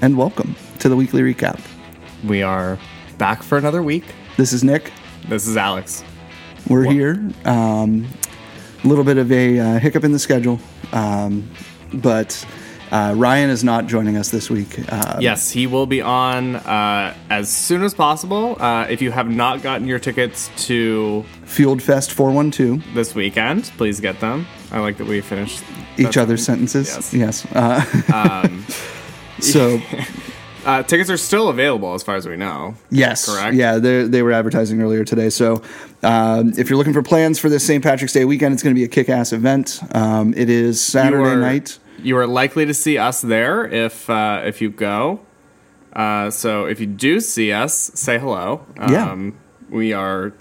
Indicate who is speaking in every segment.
Speaker 1: and welcome to the weekly recap.
Speaker 2: We are back for another week.
Speaker 1: This is Nick.
Speaker 2: This is Alex.
Speaker 1: We're here. A um, little bit of a uh, hiccup in the schedule, um, but uh, Ryan is not joining us this week. Uh,
Speaker 2: Yes, he will be on uh, as soon as possible. Uh, if you have not gotten your tickets to
Speaker 1: Fueled Fest 412,
Speaker 2: this weekend, please get them. I like that we finished
Speaker 1: each other's sentences. Yes. Uh,
Speaker 2: Um,
Speaker 1: so,
Speaker 2: Uh, tickets are still available, as far as we know.
Speaker 1: yes.
Speaker 2: Correct.
Speaker 1: Yeah, they they were advertising earlier today. So, um, if you're looking for plans for this St. Patrick's Day weekend, it's going to be a kick ass event. Um, it is
Speaker 2: You
Speaker 1: Saturday
Speaker 2: are-
Speaker 1: night.
Speaker 2: You are likely to see us there if uh, if you go. Uh, so if you do see us, say hello. Um,
Speaker 1: Yeah.
Speaker 2: we are.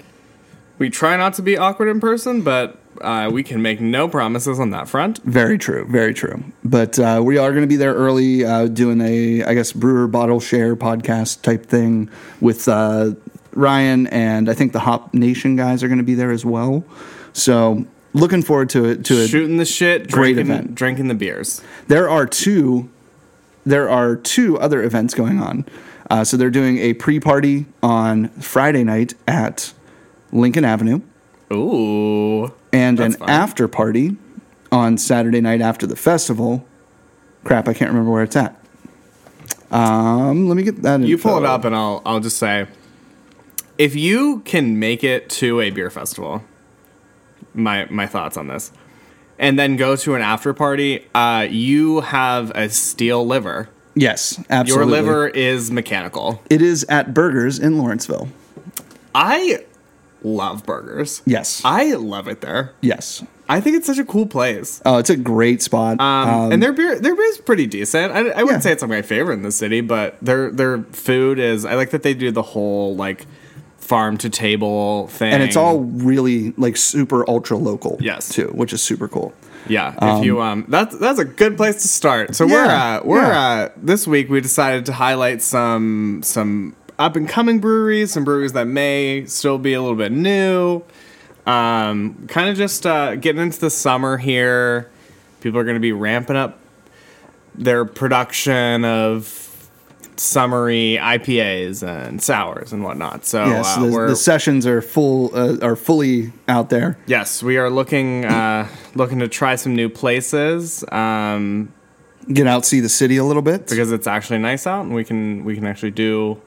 Speaker 2: We try not to be awkward in person, but uh, we can make no promises on that front.
Speaker 1: Very true. Very true. But uh, we are going to be there early, uh, doing a, I guess, brewer bottle share podcast type thing with uh, Ryan and I think the Hop Nation guys are going to be there as well. So looking forward to it. To it.
Speaker 2: Shooting the shit,
Speaker 1: Great
Speaker 2: drinking,
Speaker 1: event.
Speaker 2: drinking the beers.
Speaker 1: There are two. There are two other events going on. Uh, so they're doing a pre-party on Friday night at Lincoln Avenue,
Speaker 2: Ooh,
Speaker 1: and
Speaker 2: That's
Speaker 1: an
Speaker 2: fun.
Speaker 1: after party on Saturday night after the festival. Crap, I can't remember where it's at. Um, let me get that.
Speaker 2: you pull it
Speaker 1: info.
Speaker 2: up, and I'll I'll just say, if you can make it to a beer festival, my my thoughts on this, and then go to an after party, uh, you have a steel liver.
Speaker 1: Yes,
Speaker 2: Your
Speaker 1: absolutely.
Speaker 2: liver is mechanical.
Speaker 1: It is at Burgers in Lawrenceville.
Speaker 2: I love burgers.
Speaker 1: Yes.
Speaker 2: I love it there.
Speaker 1: yes.
Speaker 2: I think it's such a cool place.
Speaker 1: Oh, it's a great spot.
Speaker 2: Um, and their beer, their beer is pretty decent. I, I wouldn't
Speaker 1: Yeah.
Speaker 2: say it's my favorite in the city, but their their food is. I like that they do the whole like farm to table thing,
Speaker 1: and it's all really like super ultra local.
Speaker 2: Yes.
Speaker 1: too, which is super cool.
Speaker 2: yeah. if you um, that's that's a good place to start. So
Speaker 1: Yeah,
Speaker 2: we're uh, we're
Speaker 1: yeah.
Speaker 2: uh, this week we decided to highlight some some up and coming breweries, some breweries that may still be a little bit new. Um, kind of just uh, getting into the summer here. People are going to be ramping up their production of summery IPAs and sours and whatnot. So
Speaker 1: yes,
Speaker 2: uh,
Speaker 1: the,
Speaker 2: we're
Speaker 1: the sessions are full uh, are fully out there.
Speaker 2: yes, we are looking uh, looking to try some new places. Um,
Speaker 1: Get out, see the city a little bit.
Speaker 2: because it's actually nice out and we can we can actually do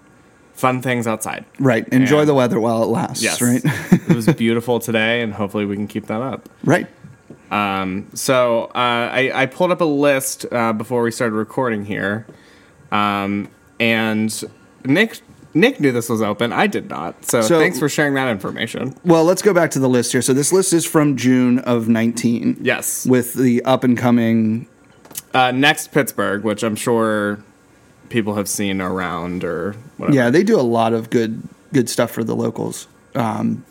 Speaker 2: fun things outside.
Speaker 1: right, enjoy
Speaker 2: and-
Speaker 1: the weather while it lasts.
Speaker 2: Yes,
Speaker 1: right,
Speaker 2: it was beautiful today, and hopefully we can keep that up.
Speaker 1: right.
Speaker 2: Um, so uh, I, I pulled up a list uh, before we started recording here, um, and Nick Nick knew this was open. I did not. So,
Speaker 1: So-
Speaker 2: thanks for sharing that information.
Speaker 1: Well, let's go back to the list here. So this list is from June of 19.
Speaker 2: Yes.
Speaker 1: With the up and coming.
Speaker 2: Uh, next Pittsburgh, which I'm sure people have seen around or whatever.
Speaker 1: Yeah, they do a lot of good good stuff for the locals. Um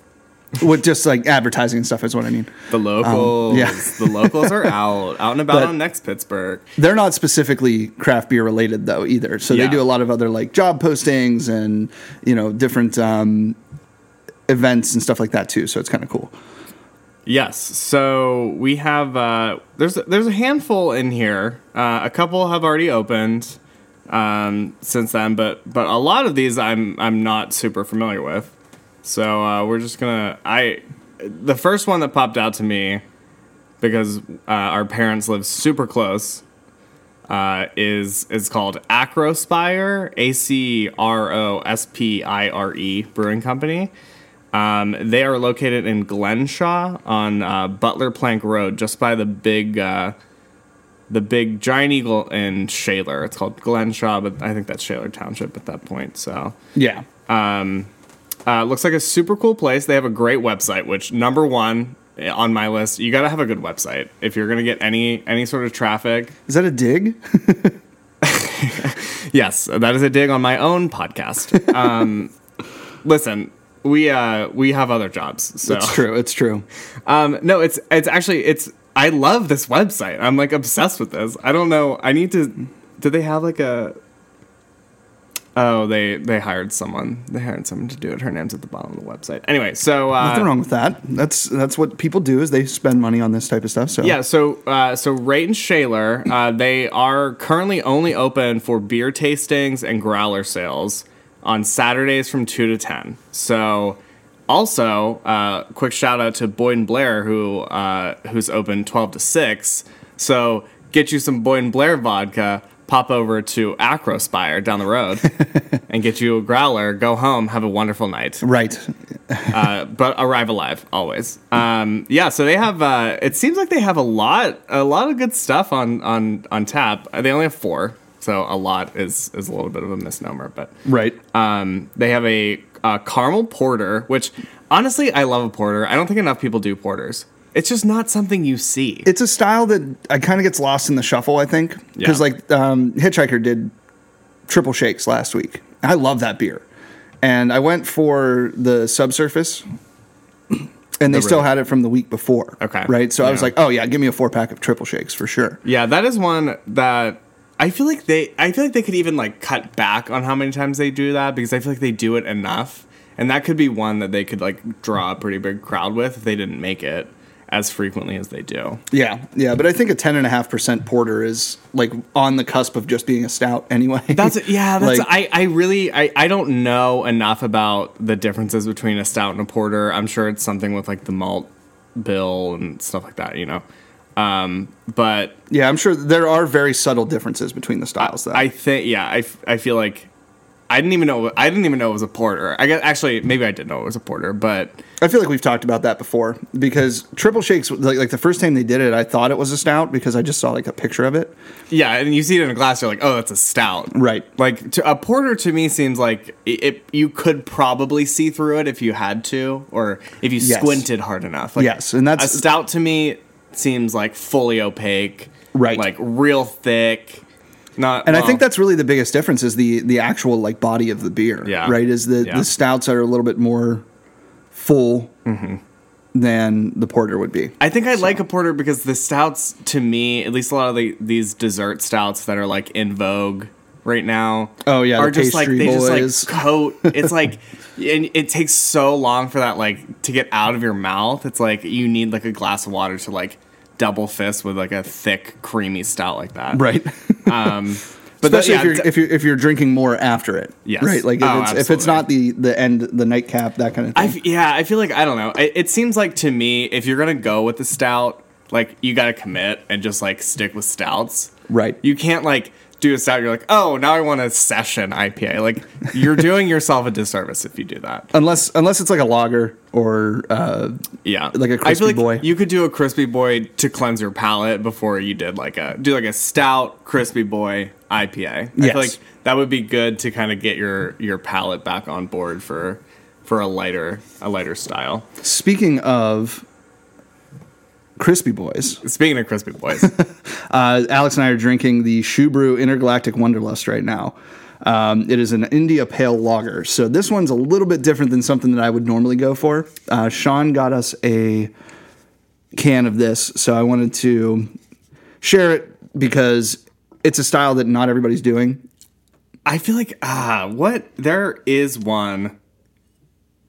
Speaker 1: with just like advertising and stuff is what I mean.
Speaker 2: The locals,
Speaker 1: Um, yeah.
Speaker 2: the locals are out, out and about
Speaker 1: But-
Speaker 2: on next Pittsburgh.
Speaker 1: They're not specifically craft beer related though either. So
Speaker 2: Yeah.
Speaker 1: they do a lot of other like job postings and you know different um events and stuff like that too. So it's kind of cool.
Speaker 2: Yes. So we have uh, there's there's a handful in here. Uh, a couple have already opened um, since then, but but a lot of these I'm I'm not super familiar with. So uh, we're just gonna I the first one that popped out to me because uh, our parents live super close uh, is is called Acrospire A C R O S P I R E Brewing Company. Um, they are located in Glenshaw on uh, Butler Plank Road, just by the big, uh, the big Giant Eagle in Shaler. It's called Glenshaw, but I think that's Shaler Township at that point. So,
Speaker 1: Yeah.
Speaker 2: uh, looks like a super cool place. They have a great website, which number one eh, on my list, you got to have a good website if you're gonna get any any sort of traffic.
Speaker 1: Is that a dig?
Speaker 2: Yes, that is a dig on my own podcast. Um, listen, we uh, we have other jobs, so
Speaker 1: It's true. It's true.
Speaker 2: Um, no, it's it's actually it's I love this website. I'm like obsessed with this. I don't know. I need to. Do they have like a? Oh, they they hired someone. They hired someone to do it. Her name's at the bottom of the website. Anyway, so uh,
Speaker 1: Nothing wrong with that. That's that's what people do is they spend money on this type of stuff. So
Speaker 2: Yeah, so uh, so Ray and Shaler, uh, they are currently only open for beer tastings and growler sales on Saturdays from two to ten. So, also, uh, quick shout out to Boyd and Blair who uh, who's open twelve to six. So get you some Boyd and Blair vodka. Pop over to Acrospire down the road and get you a growler. Go home, have a wonderful night
Speaker 1: right.
Speaker 2: but arrive alive always. Um, yeah, so they have. Uh, it seems like they have a lot, a lot of good stuff on on on tap. Uh, They only have four, so a lot is is a little bit of a misnomer. But
Speaker 1: Right.
Speaker 2: um, they have a, a caramel porter, which honestly, I love a porter. I don't think enough people do porters. It's just not something you see.
Speaker 1: it's a style that I kind of gets lost in the shuffle. I think because
Speaker 2: Yeah.
Speaker 1: like um, Hitchhiker did triple shakes last week. I love that beer, and I went for the subsurface, and they
Speaker 2: The
Speaker 1: still
Speaker 2: red.
Speaker 1: had it from the week before.
Speaker 2: Oh, Okay.
Speaker 1: right. So I was
Speaker 2: Yeah.
Speaker 1: like, oh yeah, give me a four pack of triple shakes for sure.
Speaker 2: yeah, that is one that. I feel like they I feel like they could even like cut back on how many times they do that because I feel like they do it enough. And that could be one that they could like draw a pretty big crowd with if they didn't make it as frequently as they do.
Speaker 1: Yeah, yeah. But I think a ten and a half percent porter is like on the cusp of just being a stout anyway.
Speaker 2: That's yeah, that's
Speaker 1: Like-
Speaker 2: I, I really I, I don't know enough about the differences between a stout and a porter. I'm sure it's something with like the malt bill and stuff like that, you know. Um, but
Speaker 1: yeah. I'm sure there are very subtle differences between the styles. Though.
Speaker 2: I think yeah, I, f- I feel like I didn't even know I didn't even know it was a porter. I guess actually maybe I did know it was a porter, but
Speaker 1: I feel like we've talked about that before because triple shakes like, like the first time they did it, I thought it was a stout because I just saw like a picture of it.
Speaker 2: yeah, and you see it in a glass, you're like, oh, that's a stout,
Speaker 1: Right.
Speaker 2: Like to, a porter to me seems like it, it. You could probably see through it if you had to, or if you
Speaker 1: Yes.
Speaker 2: squinted hard enough. Like,
Speaker 1: Yes, and that's-
Speaker 2: a stout to me seems like fully opaque,
Speaker 1: Right.
Speaker 2: Like real thick. Not
Speaker 1: And I
Speaker 2: well,
Speaker 1: think that's really the biggest difference is the the actual like body of the beer.
Speaker 2: Yeah.
Speaker 1: Right. Is the
Speaker 2: Yeah.
Speaker 1: the stouts are a little bit more full
Speaker 2: Mm-hmm.
Speaker 1: than the porter would be.
Speaker 2: I think I like a porter because the stouts, to me, at least a lot of the, these dessert stouts that are like in vogue right now.
Speaker 1: Oh, yeah,
Speaker 2: are
Speaker 1: the
Speaker 2: just like
Speaker 1: pastry
Speaker 2: they
Speaker 1: boys.
Speaker 2: just like coat. It's like, and it takes so long for that like to get out of your mouth. It's like you need like a glass of water to like double fist with like a thick creamy stout like that.
Speaker 1: Right.
Speaker 2: Um, But that-
Speaker 1: Especially
Speaker 2: yeah,
Speaker 1: if you're
Speaker 2: d-
Speaker 1: if you're if you're drinking more after it.
Speaker 2: Yes.
Speaker 1: Right. Like if,
Speaker 2: Oh,
Speaker 1: it's, if it's
Speaker 2: absolutely.
Speaker 1: not the the end the nightcap that kind of
Speaker 2: I
Speaker 1: thing.
Speaker 2: f- yeah, I feel like I don't know. It, it seems like to me, if you're gonna go with the stout, like you gotta commit and just like stick with stouts.
Speaker 1: right.
Speaker 2: You can't like do a stout. You're like, oh, now I want a session IPA. Like you're doing yourself a disservice if you do that.
Speaker 1: unless unless it's like a lager or uh,
Speaker 2: Yeah,
Speaker 1: Like a
Speaker 2: I
Speaker 1: crispy
Speaker 2: feel like
Speaker 1: boy.
Speaker 2: You could do a crispy boy to cleanse your palate before you did like a do like a stout crispy boy IPA. I
Speaker 1: Yes.
Speaker 2: feel like that would be good to kind of get your your palate back on board for for a lighter a lighter style.
Speaker 1: speaking of crispy boys.
Speaker 2: Speaking of crispy boys.
Speaker 1: Uh, Alex and I are drinking the Shoe Brew Intergalactic Wonderlust right now. Um, it is an India Pale Lager. So this one's a little bit different than something that I would normally go for. Uh, Sean got us a can of this, so I wanted to share it because it's a style that not everybody's doing.
Speaker 2: I feel like ah, what there is one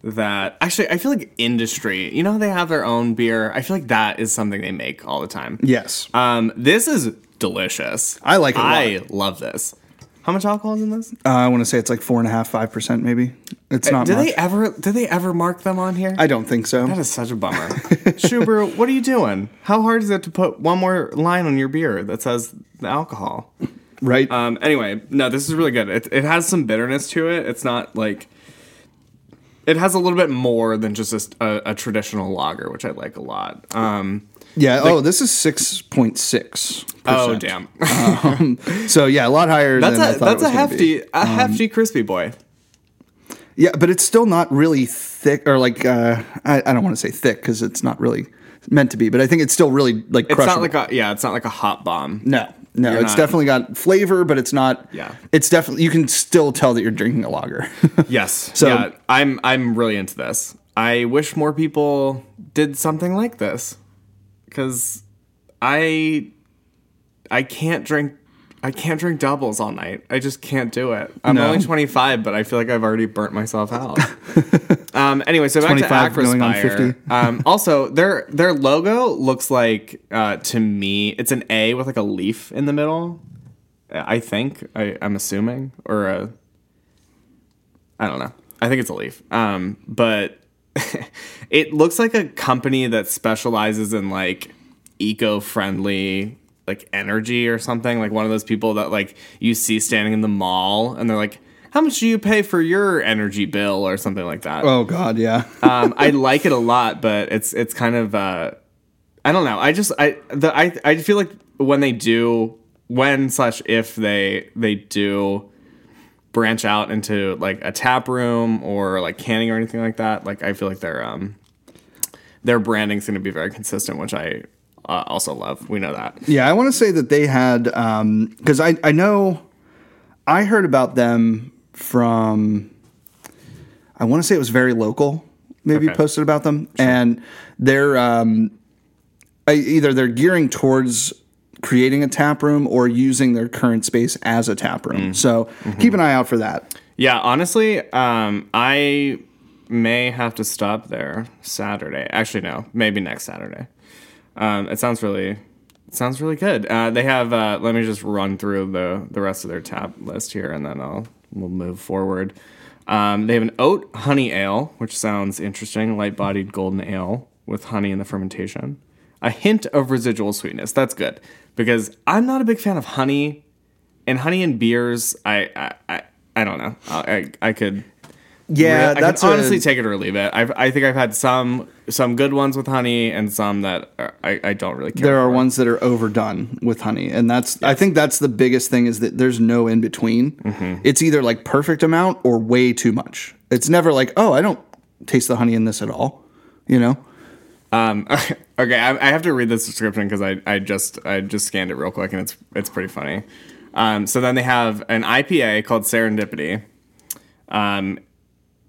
Speaker 2: that actually I feel like industry. You know, how they have their own beer. I feel like that is something they make all the time.
Speaker 1: Yes.
Speaker 2: Um, this is delicious.
Speaker 1: I like it a lot.
Speaker 2: I love this. How much alcohol is in this?
Speaker 1: Uh, I want to say it's like four and a half, five percent, maybe. It's not
Speaker 2: do
Speaker 1: much.
Speaker 2: they ever? Do they ever mark them on here?
Speaker 1: Uh, I don't think so.
Speaker 2: that is such a bummer. Shuber, what are you doing? How hard is it to put one more line on your beer that says the alcohol?
Speaker 1: right?
Speaker 2: Um, anyway, no, this is really good. It, it has some bitterness to it. It's not like it has a little bit more than just a s- a, a traditional lager, which I like a lot. Um,
Speaker 1: yeah. oh, this is six point six.
Speaker 2: oh damn,
Speaker 1: So yeah, a lot higher
Speaker 2: that's
Speaker 1: than I
Speaker 2: a
Speaker 1: thought it
Speaker 2: that's a
Speaker 1: was gonna be.
Speaker 2: hefty a hefty crispy boy.
Speaker 1: Yeah, but it's still not really thick or like uh, I, I don't want to say thick because it's not really meant to be, but I think it's still really like
Speaker 2: It's
Speaker 1: crushable.
Speaker 2: not like a yeah, it's not like a hot bomb.
Speaker 1: no, no,
Speaker 2: You're
Speaker 1: it's
Speaker 2: not-
Speaker 1: definitely got flavor, but it's not.
Speaker 2: Yeah.
Speaker 1: it's definitely you can still tell that you're drinking a lager.
Speaker 2: Yes,
Speaker 1: So-
Speaker 2: yeah, I'm I'm really into this. I wish more people did something like this because I I can't drink. I can't drink doubles all night. I just can't do it. I'm
Speaker 1: No.
Speaker 2: only 25, but I feel like I've already burnt myself out. um, anyway, so back to
Speaker 1: 25 going on
Speaker 2: Acrospire.
Speaker 1: 50.
Speaker 2: um, also, their their logo looks like uh, to me, it's an A with like a leaf in the middle. I think I, I'm assuming, or a I don't know. I think it's a leaf. Um, but it looks like a company that specializes in like eco-friendly like energy or something. Like one of those people that like you see standing in the mall and they're like, "How much do you pay for your energy bill?" or something like that.
Speaker 1: Oh God, yeah.
Speaker 2: um, I like it a lot, but it's it's kind of uh, I don't know. I just I the I I feel like when they do when slash if they they do branch out into like a tap room or like canning or anything like that, like I feel like their um their branding's going to be very consistent, which I uh, also love. We know that.
Speaker 1: Yeah, I want to say that they had because I I know I heard about them from I want to say it was very local. Maybe
Speaker 2: Okay.
Speaker 1: posted about them, and they're um, I, either they're gearing towards creating a tap room or using their current space as a tap room.
Speaker 2: Mm.
Speaker 1: So keep
Speaker 2: Mm-hmm.
Speaker 1: an eye out for that.
Speaker 2: Yeah, honestly, um, I may have to stop there Saturday. Actually, no, maybe next Saturday. Um, it sounds really, it sounds really good. Uh, they have. Uh, let me just run through the the rest of their tap list here, and then I'll we'll move forward. Um, they have an oat honey ale, which sounds interesting. Light bodied golden ale with honey in the fermentation. A hint of residual sweetness. That's good because I'm not a big fan of honey and honey and beers. I I I, I don't know. I I, I could.
Speaker 1: Yeah,
Speaker 2: I could
Speaker 1: that's
Speaker 2: honestly
Speaker 1: a,
Speaker 2: take it or leave it. I've, I think I've had some some good ones with honey and some that are, I, I don't really care.
Speaker 1: there are
Speaker 2: for.
Speaker 1: ones that are overdone with honey and that's i think that's the biggest thing is that there's no in between
Speaker 2: Mm-hmm.
Speaker 1: it's either like perfect amount or way too much it's never like oh i don't taste the honey in this at all you know
Speaker 2: Um, okay, I, I have to read this description because I, I just I just scanned it real quick and it's it's pretty funny. Um, so then they have an IPA called Serendipity, um,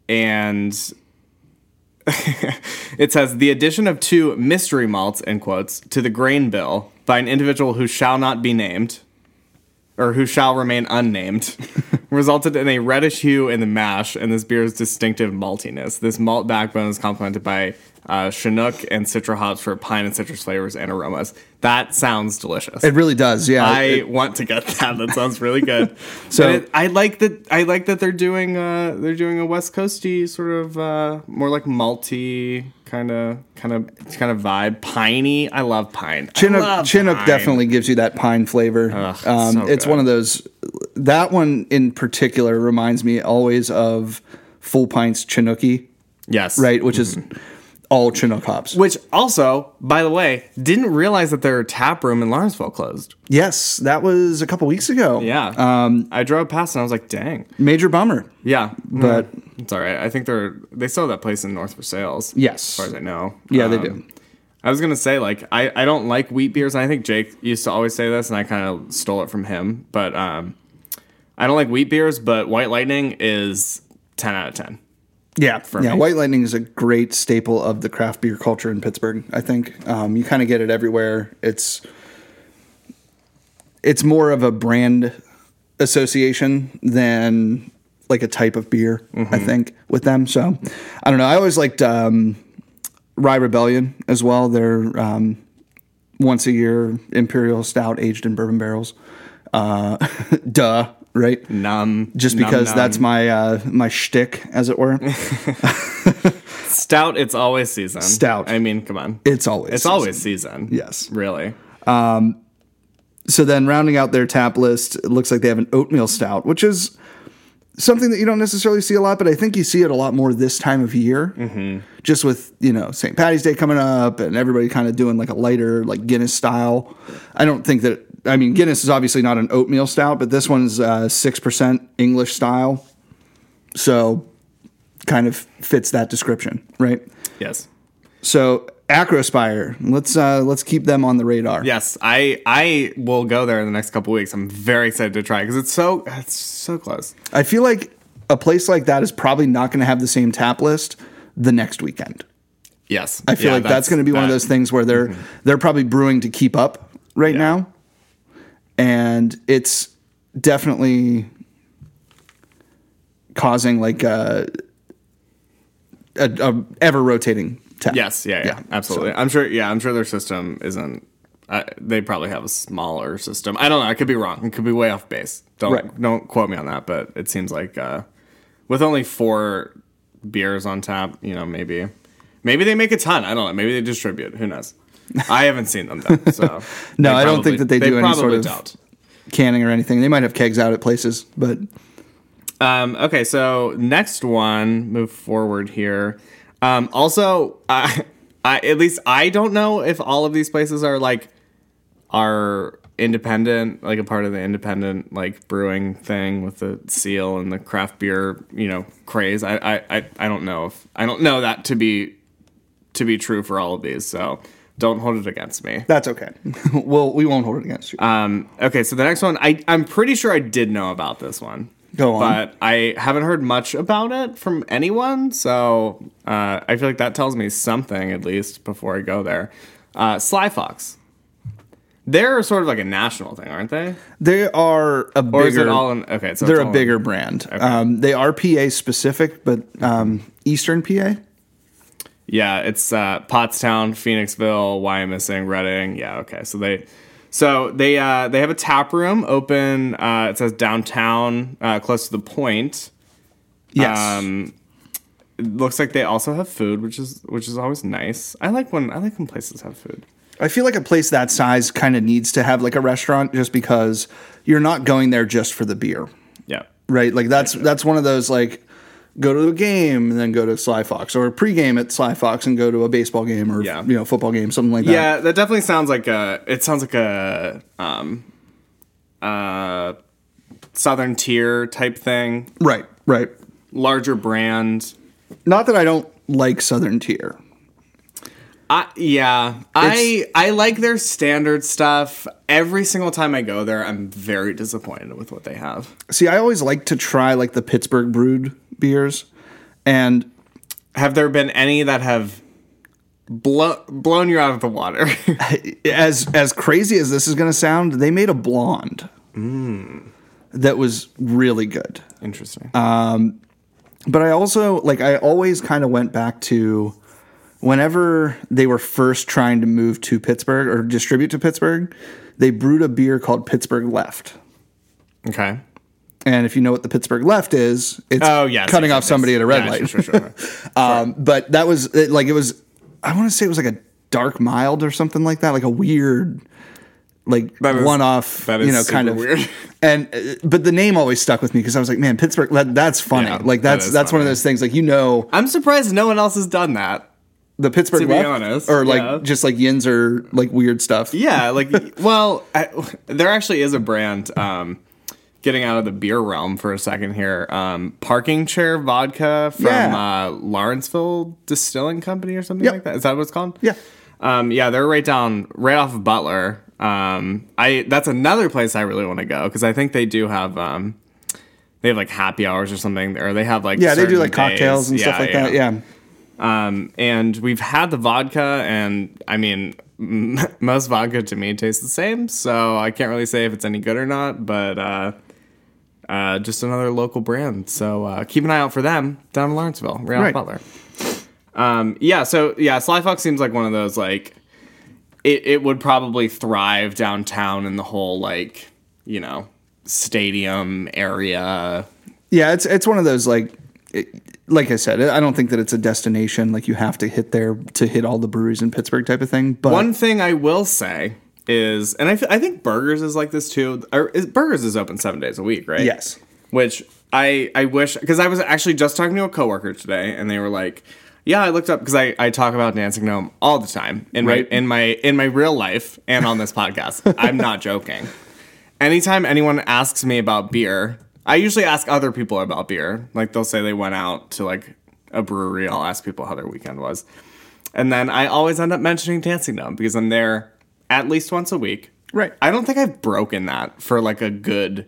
Speaker 2: and it says the addition of two mystery malts in quotes to the grain bill by an individual who shall not be named or who shall remain unnamed, resulted in a reddish hue in the mash and this beer's distinctive maltiness. This malt backbone is complemented by uh, Chinook and Citra hops for pine and citrus flavors and aromas. That sounds delicious.
Speaker 1: it really does yeah
Speaker 2: I
Speaker 1: It-
Speaker 2: want to get that. That sounds really good.
Speaker 1: So-
Speaker 2: so I like that. I like that they're doing uh, they're doing a West Coasty sort of uh, more like malty kind of kind of kind of vibe. Piney. I love pine. I
Speaker 1: Chinook,
Speaker 2: love
Speaker 1: Chinook
Speaker 2: pine.
Speaker 1: definitely gives you that pine flavor.
Speaker 2: Ugh,
Speaker 1: um,
Speaker 2: so
Speaker 1: it's
Speaker 2: good.
Speaker 1: one of those. That one in particular reminds me always of Full Pints Chinookie,
Speaker 2: Yes.
Speaker 1: right? Which
Speaker 2: Mm-hmm.
Speaker 1: is all Chinook hops.
Speaker 2: Which also, by the way, didn't realize that their tap room in Lawrenceville closed.
Speaker 1: yes, that was a couple weeks ago.
Speaker 2: Yeah. Um, I drove past and I was like, dang.
Speaker 1: major bummer.
Speaker 2: Yeah.
Speaker 1: But-
Speaker 2: Mm, it's all right. I think they're they sell that place in North for sales.
Speaker 1: Yes.
Speaker 2: As far as I know.
Speaker 1: Yeah, they
Speaker 2: Um,
Speaker 1: do.
Speaker 2: I was gonna say like I, I don't like wheat beers. And I think Jake used to always say this, and I kind of stole it from him. But um, I don't like wheat beers, but White Lightning is ten out of ten.
Speaker 1: Yeah, yeah.
Speaker 2: me.
Speaker 1: White Lightning is a great staple of the craft beer culture in Pittsburgh. I think um, you kind of get it everywhere. It's it's more of a brand association than like a type of beer.
Speaker 2: Mm-hmm.
Speaker 1: I think with them. So I don't know. I always liked um, Rye Rebellion as well. They're um, once a year imperial stout aged in bourbon barrels. Uh, duh, right?
Speaker 2: Numb.
Speaker 1: Just because that's my uh, my shtick, as it were.
Speaker 2: stout. It's always season.
Speaker 1: Stout.
Speaker 2: I mean, come on.
Speaker 1: It's always
Speaker 2: it's always season.
Speaker 1: Yes.
Speaker 2: Really.
Speaker 1: So then, rounding out their tap list, it looks like they have an oatmeal stout, which is something that you don't necessarily see a lot, but I think you see it a lot more this time of year,
Speaker 2: Mm-hmm.
Speaker 1: just with you know St. Patty's Day coming up and everybody kind of doing like a lighter, like Guinness style. I don't think that I mean Guinness is obviously not an oatmeal stout, but this one's uh, six percent English style, so kind of fits that description, right?
Speaker 2: Yes.
Speaker 1: So Acrospire, let's uh, let's keep them on the radar.
Speaker 2: Yes, I I will go there in the next couple weeks. I'm very excited to try because it's so it's so close.
Speaker 1: I feel like a place like that is probably not going to have the same tap list the next weekend.
Speaker 2: Yes,
Speaker 1: I feel like
Speaker 2: Mm-hmm.
Speaker 1: that's, going to be one of those things where they're they're probably brewing to keep up right now, and it's definitely causing like a, a, a ever rotating tap.
Speaker 2: Yes, yeah, yeah, absolutely. I'm sure. Yeah, I'm sure their system isn't. Uh, they probably have a smaller system. I don't know. I could be wrong. It could be way off base. Don't
Speaker 1: Right.
Speaker 2: don't quote me on that. But it seems like uh, with only four beers on tap, you know, maybe maybe they make a ton. I don't know. Maybe they distribute. Who knows? I haven't seen them though. So
Speaker 1: No,
Speaker 2: They
Speaker 1: I don't think that they do any sort
Speaker 2: probably
Speaker 1: of- canning or anything. They might have kegs out at places, but
Speaker 2: Um, okay, so next one, move forward here. Um, also, I, I at least I don't know if all of these places are like are independent, like a part of the independent like brewing thing with the seal and the craft beer, you know, craze. I I, I, I don't know if I don't know that to be to be true for all of these. So don't hold it against me.
Speaker 1: that's okay. well, we won't hold it against you.
Speaker 2: Um, okay, so the next one, I, I'm pretty sure I did know about this one.
Speaker 1: Go on.
Speaker 2: But I haven't heard much about it from anyone, so uh, I feel like that tells me something at least before I go there. Uh, Sly Fox. They're sort of like a national thing, aren't they?
Speaker 1: they are a bigger.
Speaker 2: Or is it all in? Okay, so
Speaker 1: they're
Speaker 2: it's
Speaker 1: a
Speaker 2: all in-
Speaker 1: bigger brand. Um, they are PA specific, but um, Eastern PA.
Speaker 2: Yeah, it's uh, Pottstown, Phoenixville, Wyomissing, Reading. Yeah, okay. So they, so they uh, they have a tap room open. Uh, it says downtown, uh, close to the point.
Speaker 1: Yes.
Speaker 2: Um, it looks like they also have food, which is which is always nice. I like when I like when places have food.
Speaker 1: I feel like a place that size kind of needs to have like a restaurant just because you're not going there just for the beer,
Speaker 2: Yeah.
Speaker 1: right? Like that's that's one of those like go to a game and then go to Sly Fox or a pregame at Sly Fox and go to a baseball game or
Speaker 2: Yeah.
Speaker 1: you know football game something like that.
Speaker 2: Yeah, that definitely sounds like a. It sounds like a um, uh, southern tier type thing,
Speaker 1: Right, right.
Speaker 2: larger brand.
Speaker 1: Not that I don't like Southern Tier.
Speaker 2: I, yeah, I I like their standard stuff. Every single time I go there, I'm very disappointed with what they have.
Speaker 1: See, I always like to try like the Pittsburgh brewed beers and
Speaker 2: Have there been any that have blow, blown you out of the water?
Speaker 1: as as crazy as this is going to sound, they made a blonde
Speaker 2: Hmm.
Speaker 1: that was really good.
Speaker 2: Interesting.
Speaker 1: But I also like I always kind of went back to whenever they were first trying to move to Pittsburgh or distribute to Pittsburgh, they brewed a beer called Pittsburgh Left.
Speaker 2: okay.
Speaker 1: And if you know what the Pittsburgh Left is, it's
Speaker 2: Oh yes.
Speaker 1: cutting
Speaker 2: yes,
Speaker 1: off
Speaker 2: yes,
Speaker 1: somebody
Speaker 2: yes.
Speaker 1: at a red
Speaker 2: Yeah,
Speaker 1: light.
Speaker 2: Sure, sure, sure.
Speaker 1: Um, but that was it, like it was. I want to say it was like a dark mild or something like that, like a weird, like
Speaker 2: That is-
Speaker 1: one off.
Speaker 2: that
Speaker 1: you
Speaker 2: is
Speaker 1: know, kind of
Speaker 2: super weird.
Speaker 1: And uh, but the name always stuck with me because I was like, man, Pittsburgh. That, that's funny.
Speaker 2: Yeah,
Speaker 1: like
Speaker 2: that
Speaker 1: that's
Speaker 2: is
Speaker 1: that's one of
Speaker 2: funny.
Speaker 1: those things. Like you know,
Speaker 2: I'm surprised no one else has done that.
Speaker 1: the Pittsburgh.
Speaker 2: To be
Speaker 1: left,
Speaker 2: honest,
Speaker 1: or like
Speaker 2: yeah.
Speaker 1: just like yins or like weird stuff.
Speaker 2: Yeah, like well, I, there actually is a brand. Um, getting out of the beer realm for a second here. Um, parking chair vodka from
Speaker 1: Yeah.
Speaker 2: uh, Lawrenceville Distilling Company or something
Speaker 1: Yep.
Speaker 2: like that. Is that what it's called?
Speaker 1: Yeah.
Speaker 2: Um, yeah, they're right down, right off of Butler. Um, I that's another place I really want to go because I think they do have um, they have like happy hours or something, or they have like
Speaker 1: Yeah, they do
Speaker 2: certain
Speaker 1: like cocktails
Speaker 2: days.
Speaker 1: and stuff like that. Yeah.
Speaker 2: Um, and we've had the vodka, and I mean, m- most vodka to me tastes the same, so I can't really say if it's any good or not, but uh, uh, just another local brand. So uh, keep an eye out for them down in Lawrenceville, right,
Speaker 1: Right.
Speaker 2: off Butler. Um, yeah, so yeah, Sly Fox seems like one of those, like, it, it would probably thrive downtown in the whole, like, you know, stadium area.
Speaker 1: Yeah, it's it's one of those like, it, like I said, I don't think that it's a destination like you have to hit there to hit all the breweries in Pittsburgh type of thing. But
Speaker 2: One thing I will say is, and I, f- I think Burgers is like this too. Or is, burgers is open seven days a week, right?
Speaker 1: Yes.
Speaker 2: Which I I wish because I was actually just talking to a coworker today, and they were like, "Yeah, I looked up because I, I talk about Dancing Gnome all the time in
Speaker 1: Right.
Speaker 2: my in my in my real life and on this podcast. I'm not joking. Anytime anyone asks me about beer, I usually ask other people about beer. Like they'll say they went out to like a brewery. I'll ask people how their weekend was. And then I always end up mentioning Dancing Gnome because I'm there at least once a week.
Speaker 1: Right.
Speaker 2: I don't think I've broken that for like a good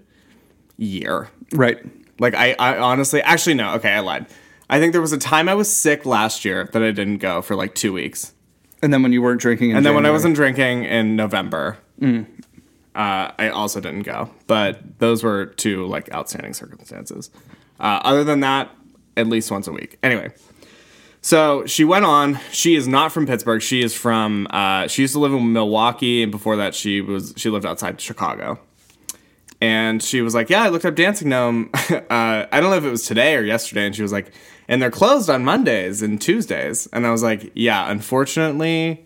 Speaker 2: year.
Speaker 1: right,
Speaker 2: Like I, I honestly, actually no. Okay, I lied. I think there was a time I was sick last year that I didn't go for like two weeks,
Speaker 1: and then when you weren't drinking, in
Speaker 2: and then when I
Speaker 1: January.
Speaker 2: wasn't drinking in November, Uh, I also didn't go, but those were two like outstanding circumstances. Uh, other than that, at least once a week. Anyway, so she went on. She is not from Pittsburgh. She is from. Uh, she used to live in Milwaukee, and before that, she was she lived outside Chicago. And she was like, "Yeah, I looked up Dancing Gnome. uh, I don't know if it was today or yesterday." And she was like, "And they're closed on Mondays and Tuesdays." And I was like, "Yeah, unfortunately,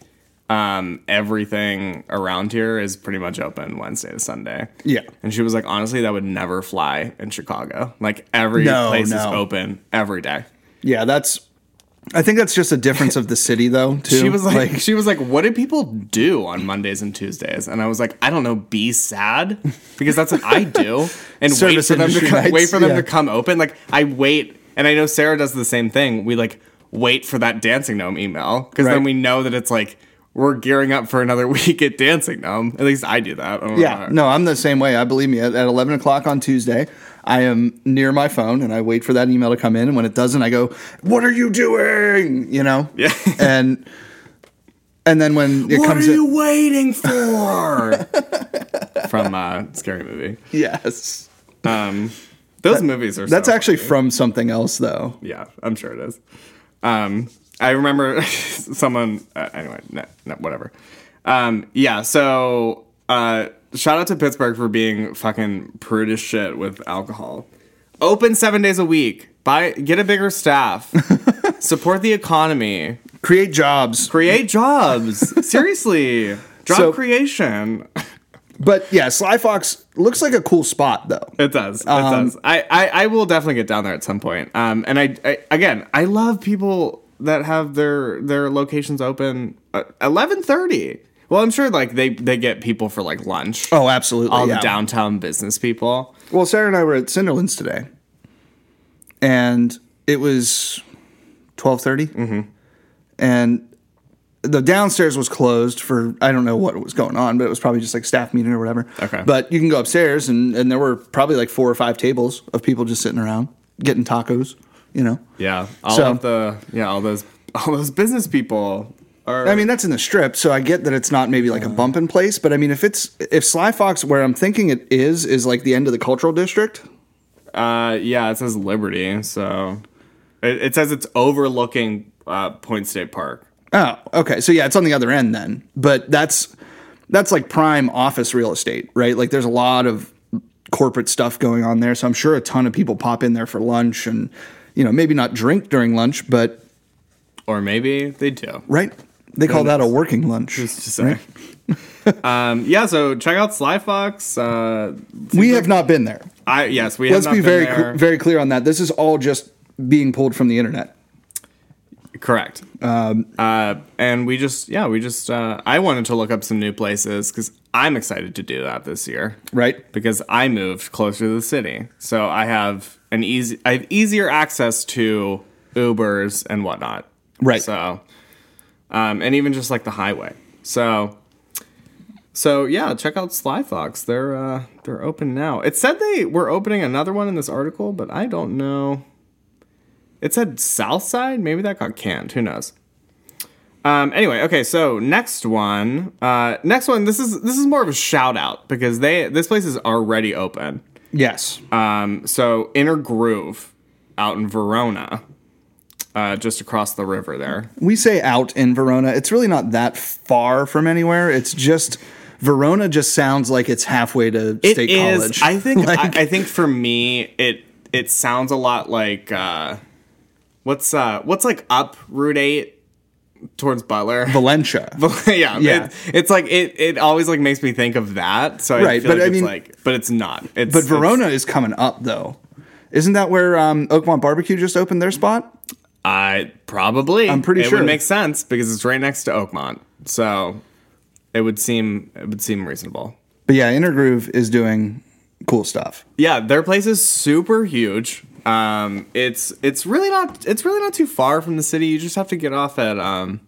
Speaker 2: um, everything around here is pretty much open Wednesday to Sunday."
Speaker 1: Yeah.
Speaker 2: And she was like, "Honestly, that would never fly in Chicago. Like every
Speaker 1: No,
Speaker 2: place is
Speaker 1: no.
Speaker 2: open every day."
Speaker 1: Yeah, that's. I think that's just a difference of the city, though. Too.
Speaker 2: She was like, she was like, what do people do on Mondays and Tuesdays? And I was like, I don't know, be sad because that's what I do. And wait
Speaker 1: Service
Speaker 2: for them to
Speaker 1: industry
Speaker 2: come,
Speaker 1: nights,
Speaker 2: wait for them
Speaker 1: yeah.
Speaker 2: to come open. Like I wait, and I know Sarah does the same thing. We like wait for that Dancing Gnome email because
Speaker 1: Right.
Speaker 2: then we know that it's like we're gearing up for another week at Dancing Gnome. At least I do that. I don't know
Speaker 1: yeah,
Speaker 2: about her.
Speaker 1: no, I'm the same way. I believe me. At, at 11 o'clock on Tuesday, I am near my phone and I wait for that email to come in. And when it doesn't, I go, "What are you doing?" You know.
Speaker 2: Yeah.
Speaker 1: and and then when it
Speaker 2: What are
Speaker 1: comes in,
Speaker 2: you waiting for? From uh, scary movie.
Speaker 1: yes,
Speaker 2: Those movies are.
Speaker 1: that's
Speaker 2: so
Speaker 1: actually from something else, though.
Speaker 2: Yeah, I'm sure it is. Um, I remember someone. Uh, anyway, no, no, whatever. Um, yeah. So uh, shout out to Pittsburgh for being fucking prude as shit with alcohol. Open seven days a week. Buy get a bigger staff. Support the economy.
Speaker 1: Create jobs.
Speaker 2: Create jobs. Seriously, job
Speaker 1: So-
Speaker 2: creation.
Speaker 1: But yeah, Sly Fox looks like a cool spot though.
Speaker 2: It does. It
Speaker 1: Um,
Speaker 2: does. I, I, I will definitely get down there at some point. Um, and I, I again, I love people that have their their locations open eleven thirty. Well, I'm sure like they they get people for like lunch.
Speaker 1: Oh, absolutely.
Speaker 2: all
Speaker 1: yeah.
Speaker 2: the downtown business people.
Speaker 1: Well, Sarah and I were at Cinderlands today, and it was twelve and the downstairs was closed for I don't know what was going on, but it was probably just like staff meeting or whatever.
Speaker 2: Okay.
Speaker 1: But you can go upstairs, and and there were probably like four or five tables of people just sitting around getting tacos. You know.
Speaker 2: Yeah, all
Speaker 1: So-
Speaker 2: of the yeah all those all those business people are.
Speaker 1: I mean, that's in the strip, so I get that it's not maybe like a bump in place, but I mean, if it's if Sly Fox, where I'm thinking it is, is like the end of the cultural district.
Speaker 2: uh, yeah, it says Liberty, so it, it says it's overlooking uh, Point State Park.
Speaker 1: Oh, okay. So yeah, it's on the other end then. But that's that's like prime office real estate, right? Like there's a lot of corporate stuff going on there. So I'm sure a ton of people pop in there for lunch and you know, maybe not drink during lunch, but
Speaker 2: Or maybe they do.
Speaker 1: right? They call that a working lunch.
Speaker 2: to say. um, yeah, so check out Sly Fox. Uh,
Speaker 1: We have not been there.
Speaker 2: I yes, we
Speaker 1: Let's
Speaker 2: have not
Speaker 1: be
Speaker 2: been
Speaker 1: very
Speaker 2: there.
Speaker 1: cl- very clear on that. This is all just being pulled from the internet.
Speaker 2: correct. Um, uh, and we just yeah, we just uh, I wanted to look up some new places because I'm excited to do that this year,
Speaker 1: Right?
Speaker 2: Because I moved closer to the city, so I have an easy, I have easier access to Ubers and whatnot.
Speaker 1: Right.
Speaker 2: So, um, and even just like the highway. So, so yeah, check out Sly Fox. They're uh, they're open now. It said they were opening another one in this article, but I don't know. It said Southside. Maybe that got canned. Who knows? Um, anyway, okay. So next one, uh, next one. This is this is more of a shout out because they this place is already open.
Speaker 1: Yes.
Speaker 2: Um, so Inner Groove, out in Verona, uh, just across the river there.
Speaker 1: we say out in Verona. It's really not that far from anywhere. It's just Verona just sounds like it's halfway to
Speaker 2: It
Speaker 1: state
Speaker 2: is-
Speaker 1: college.
Speaker 2: I think
Speaker 1: Like-
Speaker 2: I, I think for me it it sounds a lot like uh, what's uh, what's like up Route Eight towards Butler.
Speaker 1: Valencia.
Speaker 2: yeah,
Speaker 1: Yeah.
Speaker 2: It, it's like it, it always like makes me think of that. So I
Speaker 1: Right,
Speaker 2: feel
Speaker 1: but
Speaker 2: like
Speaker 1: I
Speaker 2: it's
Speaker 1: mean-
Speaker 2: like but it's not. It's
Speaker 1: but
Speaker 2: it's-
Speaker 1: Verona is coming up though. Isn't that where um, Oakmont Barbecue just opened their spot?
Speaker 2: I probably I'm
Speaker 1: pretty
Speaker 2: it
Speaker 1: sure.
Speaker 2: would make sense because it's right next to Oakmont. So it would seem it would seem reasonable.
Speaker 1: But yeah, Inner Groove is doing cool stuff.
Speaker 2: yeah their place is super huge um it's it's really not it's really not too far from the city you just have to get off at um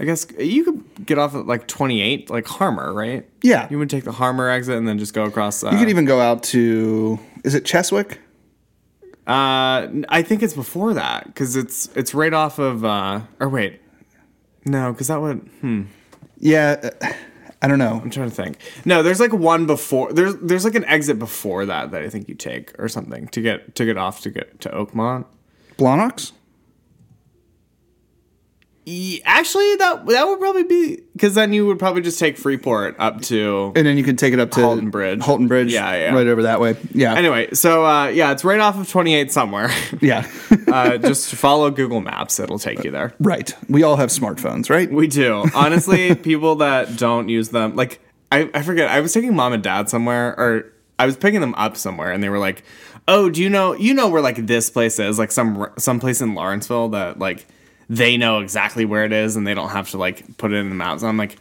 Speaker 2: i guess you could get off at like 28 like harmer right
Speaker 1: Yeah.
Speaker 2: you would take the harmer exit and then just go across uh,
Speaker 1: You could even go out to is it Cheswick?
Speaker 2: uh i think it's before that because it's it's right off of uh or wait no because that would hmm
Speaker 1: Yeah, uh, I don't know.
Speaker 2: I'm trying to think. No, there's like one before. There's there's like an exit before that that I think you take or something to get to get off to get to Oakmont.
Speaker 1: Blonox?
Speaker 2: Ye- Actually, that that would probably be because then you would probably just take Freeport up to.
Speaker 1: And then you can take it up to
Speaker 2: Halton Bridge.
Speaker 1: Holton Bridge.
Speaker 2: Yeah, yeah.
Speaker 1: Right over that way. Yeah.
Speaker 2: Anyway, so uh, yeah, it's right off of 28 somewhere.
Speaker 1: yeah.
Speaker 2: uh, just follow Google Maps; it'll take you there.
Speaker 1: right. We all have smartphones, right?
Speaker 2: We do. Honestly, people that don't use them, like, I, I forget, I was taking mom and dad somewhere, or I was picking them up somewhere, and they were like, oh, do you know, you know where, like, this place is, like, some, r- some place in Lawrenceville that, like, they know exactly where it is, and they don't have to, like, put it in the maps. I'm like,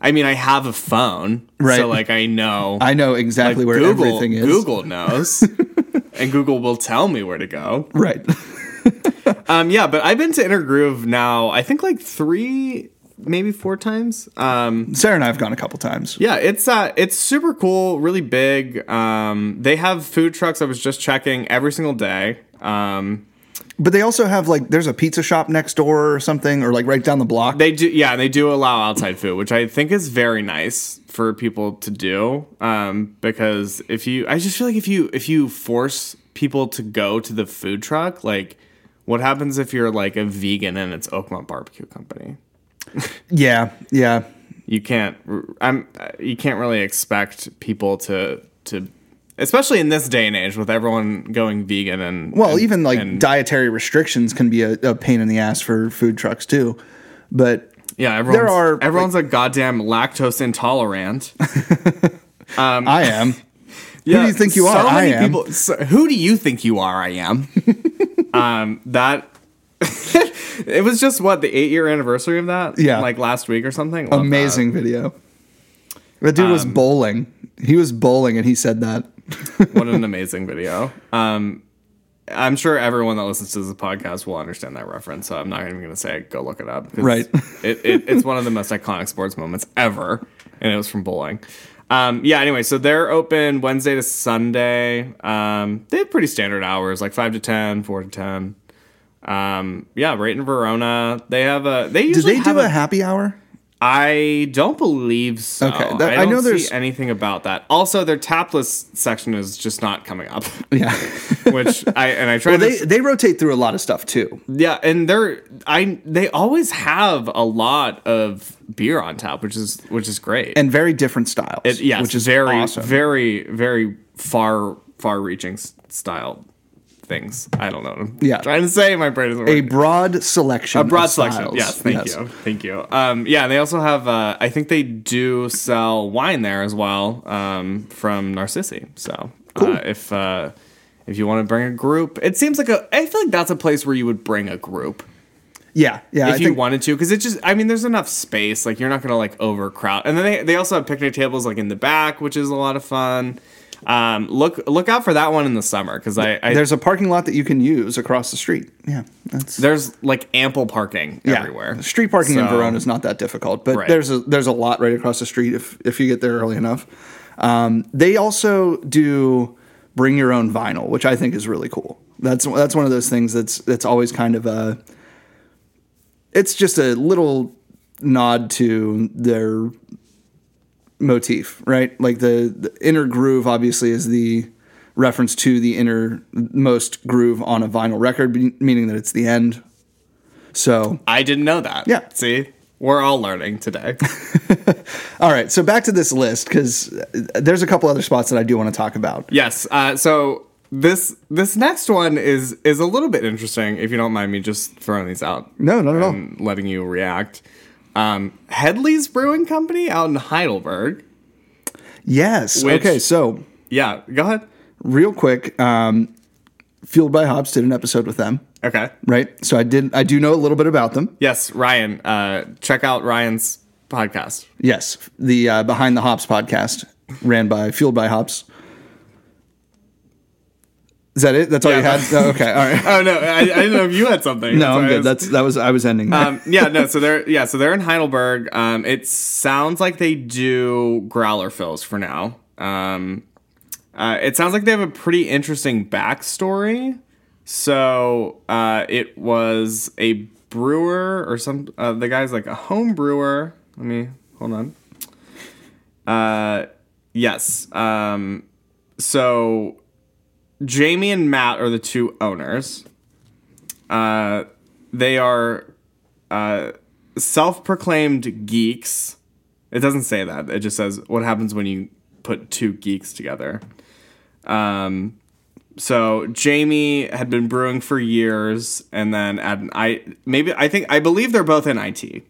Speaker 2: I mean, I have a phone,
Speaker 1: Right.
Speaker 2: so, like, I know.
Speaker 1: I know exactly where
Speaker 2: Google,
Speaker 1: everything is.
Speaker 2: Google knows. and Google will tell me where to go.
Speaker 1: Right.
Speaker 2: Um, yeah, but I've been to Inner Groove now. I think like three, maybe four times. Um,
Speaker 1: Sarah and I have gone a couple times.
Speaker 2: yeah, it's uh, it's super cool, really big. Um, they have food trucks. I was just checking every single day. Um,
Speaker 1: But they also have like there's a pizza shop next door or something, or like right down the block.
Speaker 2: they do, yeah, they do allow outside food, which I think is very nice for people to do. Um, because if you, I just feel like if you if you force people to go to the food truck, like. What happens if you're like a vegan and it's Oakmont Barbecue Company?
Speaker 1: yeah, yeah.
Speaker 2: you can't I'm you can't really expect people to to especially in this day and age with everyone going vegan and
Speaker 1: Well,
Speaker 2: and-
Speaker 1: even like
Speaker 2: and-
Speaker 1: dietary restrictions can be a, a pain in the ass for food trucks too. But
Speaker 2: yeah everyone's,
Speaker 1: there are,
Speaker 2: everyone's a goddamn lactose intolerant Um,
Speaker 1: I am.
Speaker 2: yeah,
Speaker 1: do you think you are?
Speaker 2: so
Speaker 1: I
Speaker 2: many
Speaker 1: am.
Speaker 2: people so, who do you think you are I am um that it was just what the eight year anniversary of that
Speaker 1: Yeah.
Speaker 2: like last week or something Love that. Um,
Speaker 1: Amazing video. That dude was bowling. He was bowling, and he said that.
Speaker 2: what an amazing video um I'm sure everyone that listens to this podcast will understand that reference, so I'm not even going to say it. Go look it up. 'cause
Speaker 1: Right.
Speaker 2: it, it, it's one of the most iconic sports moments ever, and it was from bowling. Um, yeah, anyway, so they're open Wednesday to Sunday. Um, they have pretty standard hours, like 5 to 10, 4 to 10. Um, yeah, right in Verona. They have a. They
Speaker 1: Did
Speaker 2: usually
Speaker 1: they
Speaker 2: have
Speaker 1: do a happy hour?
Speaker 2: I don't believe so.
Speaker 1: Okay, that-
Speaker 2: I
Speaker 1: I
Speaker 2: don't
Speaker 1: know
Speaker 2: see
Speaker 1: there's-
Speaker 2: anything about that. Also, their tapless section is just not coming up.
Speaker 1: Yeah.
Speaker 2: which I and I tried.
Speaker 1: they
Speaker 2: to,
Speaker 1: they rotate through a lot of stuff too.
Speaker 2: yeah, and they're I they always have a lot of beer on tap, which is which is great.
Speaker 1: and very different styles.
Speaker 2: It- yes,
Speaker 1: which is
Speaker 2: very
Speaker 1: awesome.
Speaker 2: very very far far reaching style things. I don't know. What I'm
Speaker 1: Yeah.
Speaker 2: trying to say my brain isn't
Speaker 1: a
Speaker 2: working.
Speaker 1: broad selection.
Speaker 2: A broad
Speaker 1: of
Speaker 2: selection.
Speaker 1: styles.
Speaker 2: Yes, thank you, thank you. Um, yeah, and they also have. Uh, I think they do sell wine there as well um, from Narcissi. So uh, if uh, if you want to bring a group, it seems like a. I feel like that's a place where you would bring a group
Speaker 1: Yeah, yeah.
Speaker 2: if
Speaker 1: I
Speaker 2: you
Speaker 1: think,
Speaker 2: wanted to, because it just. I mean, there's enough space. Like you're not gonna like overcrowd. And then they they also have picnic tables like in the back, which is a lot of fun. Um, look look out for that one in the summer because I, I
Speaker 1: there's a parking lot that you can use across the street. Yeah, that's
Speaker 2: there's like ample parking
Speaker 1: yeah.
Speaker 2: everywhere.
Speaker 1: Street parking in
Speaker 2: So-
Speaker 1: Verona is not that difficult, but
Speaker 2: Right.
Speaker 1: there's a there's a lot right across the street if if you get there early enough. Um, they also do bring your own vinyl, which I think is really cool. That's that's one of those things that's that's always kind of a it's just a little nod to their motif, right? Like the, the inner groove obviously is the reference to the innermost groove on a vinyl record, be- meaning that it's the end. So,
Speaker 2: I didn't know that.
Speaker 1: Yeah.
Speaker 2: See, we're all learning today.
Speaker 1: all right. So back to this list because there's a couple other spots that I do want to talk about.
Speaker 2: yes. Uh, so this this next one is is a little bit interesting. If you don't mind me just throwing these out
Speaker 1: No, not at all.
Speaker 2: and letting you react. Um, Headley's Brewing Company out in Heidelberg.
Speaker 1: Yes.
Speaker 2: Which-
Speaker 1: okay. So
Speaker 2: Yeah. Go ahead.
Speaker 1: real quick, um, Fueled by Hops did an episode with them,
Speaker 2: Okay.
Speaker 1: right? So I did. I do know a little bit about them.
Speaker 2: Yes, Ryan. Uh, check out Ryan's podcast.
Speaker 1: Yes, the uh, Behind the Hops podcast ran by Fueled by Hops. Is that it? That's all
Speaker 2: Yeah.
Speaker 1: you had? Oh, okay, all right.
Speaker 2: Oh no, I, I didn't know if you had something.
Speaker 1: No,
Speaker 2: That's why
Speaker 1: I'm
Speaker 2: I
Speaker 1: good.
Speaker 2: was-
Speaker 1: That's that was I was ending. there.
Speaker 2: um, yeah, no. So they're yeah, so they're in Heidelberg. Um, it sounds like they do growler fills for now. Um, uh, it sounds like they have a pretty interesting backstory. So uh, it was a brewer or some uh, the guy's like a home brewer. Let me hold on. Uh, yes. Um, so Jamie and Matt are the two owners. Uh, they are uh, self-proclaimed geeks. It doesn't say that. It just says what happens when you put two geeks together. Um, so Jamie had been brewing for years, and then at an I maybe I think I believe they're both in IT.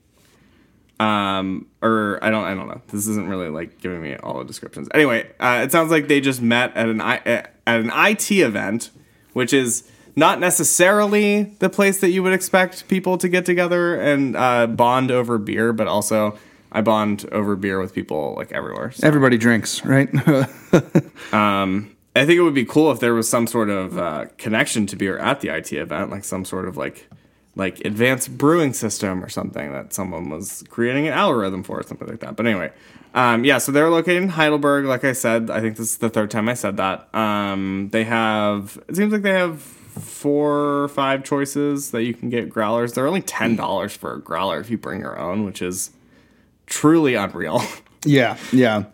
Speaker 2: Um, or I don't I don't know. This isn't really like giving me all the descriptions. Anyway, uh, it sounds like they just met at an I, uh, at an IT event, which is not necessarily the place that you would expect people to get together and uh, bond over beer, but also. I bond over beer with people like everywhere. so.
Speaker 1: Everybody drinks, right?
Speaker 2: I think it would be cool if there was some sort of uh, connection to beer at the IT event, like some sort of like like advanced brewing system or something that someone was creating an algorithm for or something like that. But anyway, um, yeah, so they're located in Heidelberg. Like I said, I think this is the third time I said that. Um, they have it seems like they have four or five choices that you can get growlers. They're only ten dollars for a growler if you bring your own, which is truly unreal.
Speaker 1: Yeah, yeah.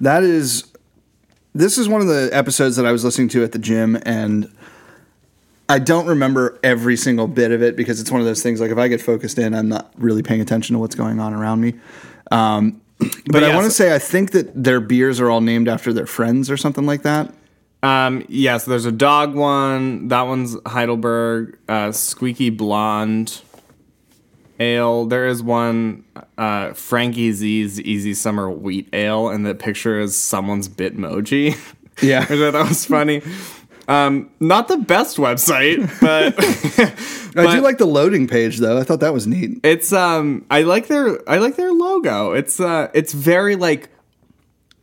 Speaker 1: That is this is one of the episodes that I was listening to at the gym and I don't remember every single bit of it because it's one of those things like if I get focused in, I'm not really paying attention to what's going on around me. Um, but I
Speaker 2: yeah,
Speaker 1: want to
Speaker 2: so-
Speaker 1: say I think that their beers are all named after their friends or something like that.
Speaker 2: Um, yeah, so there's a dog one. That one's Heidelberg. Uh, squeaky Blonde Ale. There is one, uh, Frankie Z's Easy Summer Wheat Ale, and the picture is someone's Bitmoji.
Speaker 1: Yeah.
Speaker 2: I thought that was funny. Um, not the best website, but
Speaker 1: I do
Speaker 2: But-
Speaker 1: like the loading page though. I thought that was neat.
Speaker 2: it's um, I like their I like their logo. It's uh, it's very like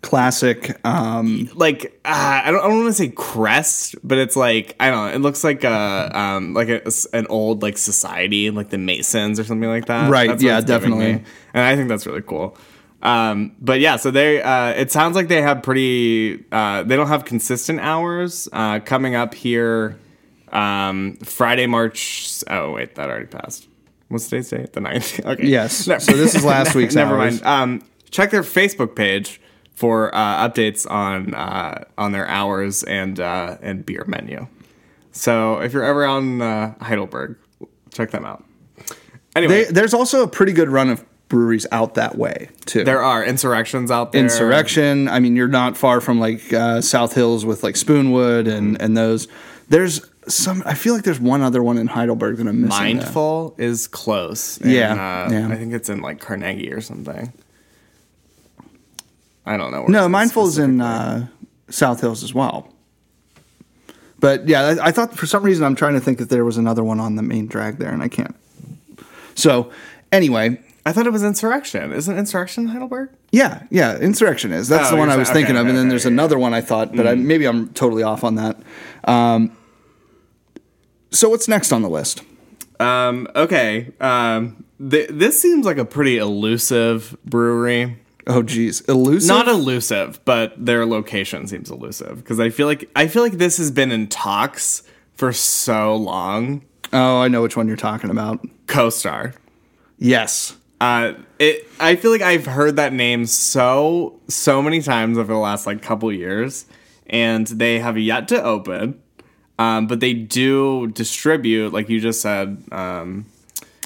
Speaker 1: Classic. Um,
Speaker 2: like uh, I don't, I don't want to say crest, but it's like I don't know. It looks like a um like a, an old like society, like the Masons or something like that.
Speaker 1: Right,
Speaker 2: what
Speaker 1: yeah,
Speaker 2: it's giving
Speaker 1: definitely.
Speaker 2: me. And I think that's really cool. Um, but yeah, so they uh, it sounds like they have pretty uh, they don't have consistent hours uh, coming up here. Um, Friday, March. Oh wait, that already passed. What's today's date? The 9th. Okay.
Speaker 1: yes.
Speaker 2: No.
Speaker 1: So this is last week's.
Speaker 2: Never
Speaker 1: hours.
Speaker 2: mind. Um, check their Facebook page for uh, updates on uh, on their hours and uh, and beer menu. So if you're ever out in uh, Heidelberg, check them out. Anyway,
Speaker 1: They, there's also a pretty good run of breweries out that way too.
Speaker 2: there are insurrections out there.
Speaker 1: Insurrection. I mean, you're not far from like uh, South Hills with like Spoonwood
Speaker 2: Mm-hmm.
Speaker 1: and and those. There's some. I feel like there's one other one in Heidelberg that I'm missing. though.
Speaker 2: Mindful is close.
Speaker 1: Yeah,
Speaker 2: in,
Speaker 1: yeah.
Speaker 2: I think it's in like Carnegie or something. I don't know. where it
Speaker 1: No,
Speaker 2: is
Speaker 1: Mindful is in uh, South Hills as well. But yeah, I, I thought for some reason I'm trying to think that there was another one on the main drag there, and I can't. So anyway,
Speaker 2: I thought it was insurrection. Isn't insurrection in Heidelberg?
Speaker 1: Yeah, yeah, Insurrection is. That's
Speaker 2: Oh,
Speaker 1: the one
Speaker 2: you're
Speaker 1: I was
Speaker 2: saying- okay,
Speaker 1: thinking of, and then
Speaker 2: okay,
Speaker 1: there's
Speaker 2: yeah, Mm-hmm.
Speaker 1: another one I thought, but I, maybe I'm totally off on that. Um, so what's next on the list?
Speaker 2: Um, okay. Um, th- this seems like a pretty elusive brewery.
Speaker 1: Oh, geez, elusive.
Speaker 2: Not elusive, but their location seems elusive because I feel like I feel like this has been in talks for so long.
Speaker 1: oh, I know which one you're talking about.
Speaker 2: CoStar.
Speaker 1: Yes,
Speaker 2: Uh, it. I feel like I've heard that name so so many times over the last like couple years, and they have yet to open. Um, but they do distribute, like you just said. Um,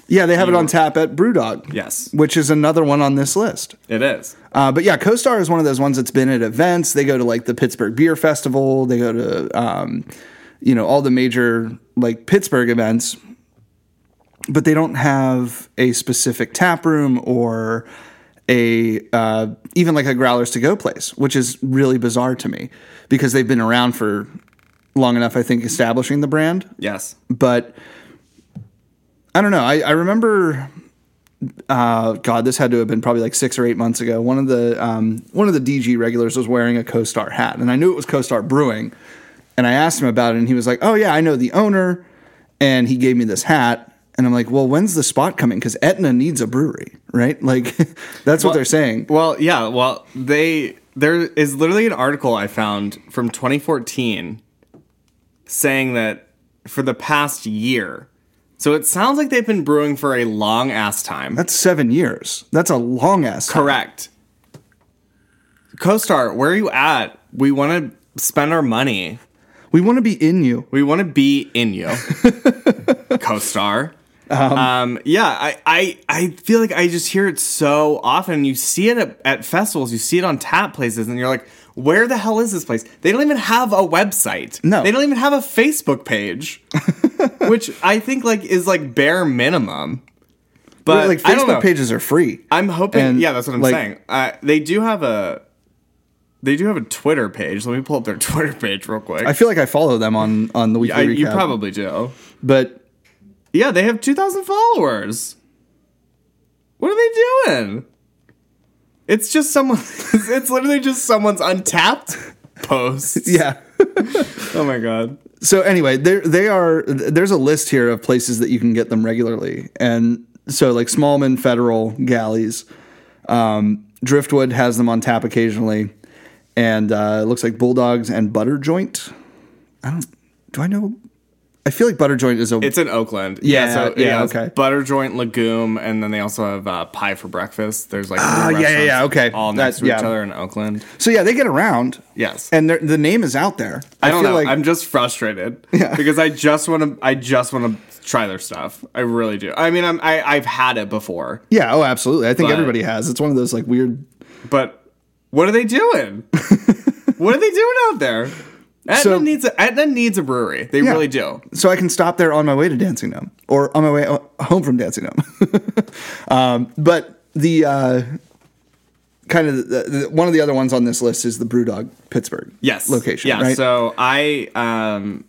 Speaker 1: yeah, they have it on tap at BrewDog.
Speaker 2: Yes.
Speaker 1: which is another one on this list.
Speaker 2: it is.
Speaker 1: Uh, but yeah, CoStar is one of those ones that's been at events. They go to like the Pittsburgh Beer Festival. They go to um, you know all the major like Pittsburgh events, but they don't have a specific tap room or a uh, even like a growlers to go place, which is really bizarre to me because they've been around for long enough. I think establishing the brand
Speaker 2: Yes.
Speaker 1: but I don't know. I, I remember, uh, God, this had to have been probably like six or eight months ago. One of the um, one of the DG regulars was wearing a CoStar hat, and I knew it was CoStar Brewing. And I asked him about it, and he was like, "Oh yeah, I know the owner," and he gave me this hat. And I'm like, well, when's the spot coming? Because Etna needs a brewery, right? Like, that's what they're saying.
Speaker 2: Well, yeah. Well, they there is literally an article I found from 2014 saying that for the past year. So it sounds like they've been brewing for a long ass time.
Speaker 1: That's seven years. That's a long ass. time.
Speaker 2: Correct. CoStar, where are you at? We want to spend our money.
Speaker 1: We want to be in you.
Speaker 2: We want to be in you, CoStar. Um, yeah, I, I I feel like I just hear it so often. You see it at, at festivals, you see it on tap places, and you're like, where the hell is this place? They don't even have a website.
Speaker 1: No.
Speaker 2: they don't even have a Facebook page, which I think like is like bare minimum. But
Speaker 1: like
Speaker 2: like I don't know.
Speaker 1: Facebook pages are free.
Speaker 2: I'm hoping.
Speaker 1: And,
Speaker 2: yeah, that's what I'm
Speaker 1: like-
Speaker 2: saying. Uh, they do have a they do have a Twitter page. Let me pull up their Twitter page real quick.
Speaker 1: I feel like I follow them on on the weekly
Speaker 2: I,
Speaker 1: recap.
Speaker 2: you probably do.
Speaker 1: but
Speaker 2: Yeah, they have 2,000 followers. What are they doing? It's just someone. it's literally just someone's untapped post.
Speaker 1: yeah.
Speaker 2: Oh my god.
Speaker 1: So anyway, there they are. There's a list here of places that you can get them regularly, and so like Smallman Federal Galleys, um, Driftwood has them on tap occasionally, and uh, it looks like Bulldogs and Butter Joint. I don't. Do I know? I feel like Butter Joint is a.
Speaker 2: It's in Oakland.
Speaker 1: Yeah,
Speaker 2: so
Speaker 1: yeah,
Speaker 2: it's
Speaker 1: okay.
Speaker 2: Butter Joint Lagoon, and then they also have uh, Pie for Breakfast. There's like
Speaker 1: Ah,
Speaker 2: three
Speaker 1: yeah, yeah, yeah,
Speaker 2: restaurants
Speaker 1: okay.
Speaker 2: all
Speaker 1: That-
Speaker 2: next to
Speaker 1: yeah.
Speaker 2: each other in Oakland.
Speaker 1: so yeah, they get around,
Speaker 2: Yes.
Speaker 1: and they're- the name is out there.
Speaker 2: I don't
Speaker 1: feel
Speaker 2: know.
Speaker 1: like
Speaker 2: I'm just frustrated because I just want to. I just want to try their stuff. I really do. I mean, I'm, I I've had it before,
Speaker 1: yeah. Oh, absolutely. I think
Speaker 2: But-
Speaker 1: everybody has. It's one of those like weird.
Speaker 2: but what are they doing? what are they doing out there? Etna
Speaker 1: So-
Speaker 2: needs a, Etna needs a brewery. They really do.
Speaker 1: So I can stop there on my way to Dancing Gnome or on my way o- home from Dancing Gnome. um, but the uh, kind of the, the, one of the other ones on this list is the Brewdog Pittsburgh
Speaker 2: Yes.
Speaker 1: location.
Speaker 2: Yeah.
Speaker 1: right?
Speaker 2: So I um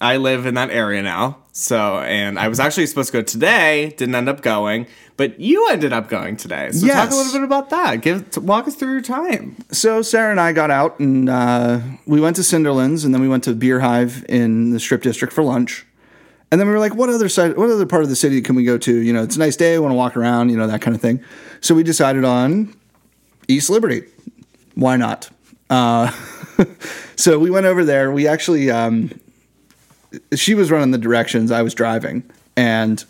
Speaker 2: I live in that area now. So and I was actually supposed to go today, didn't end up going, but you ended up going today. So talk
Speaker 1: Yes.
Speaker 2: a little bit about that. Give t- walk us through your time.
Speaker 1: So Sarah and I got out and uh, we went to Cinderlands and then we went to Beer Hive in the Strip District for lunch. And then we were like, what other side, what other part of the city can we go to? You know, it's a nice day. I want to walk around, you know, that kind of thing. So we decided on East Liberty. Why not? Uh, so we went over there. We actually, um, she was running the directions. I was driving. And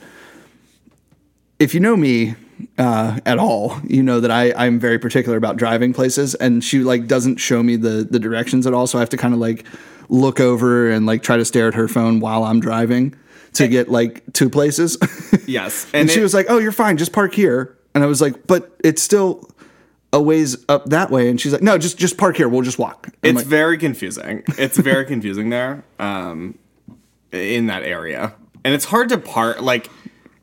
Speaker 1: if you know me uh, at all, you know that I, I'm very particular about driving places, and she like doesn't show me the the directions at all. So I have to kind of like look over and like try to stare at her phone while I'm driving to get like two places. and,
Speaker 2: Yes.
Speaker 1: she
Speaker 2: it-
Speaker 1: was like, "Oh, you're fine. Just park here." And I was like, "But it's still a ways up that way." And she's like, "No, just just park here. We'll just walk." I'm
Speaker 2: It's
Speaker 1: like,
Speaker 2: very confusing. It's very confusing there, um, in that area, and it's hard to part. Like,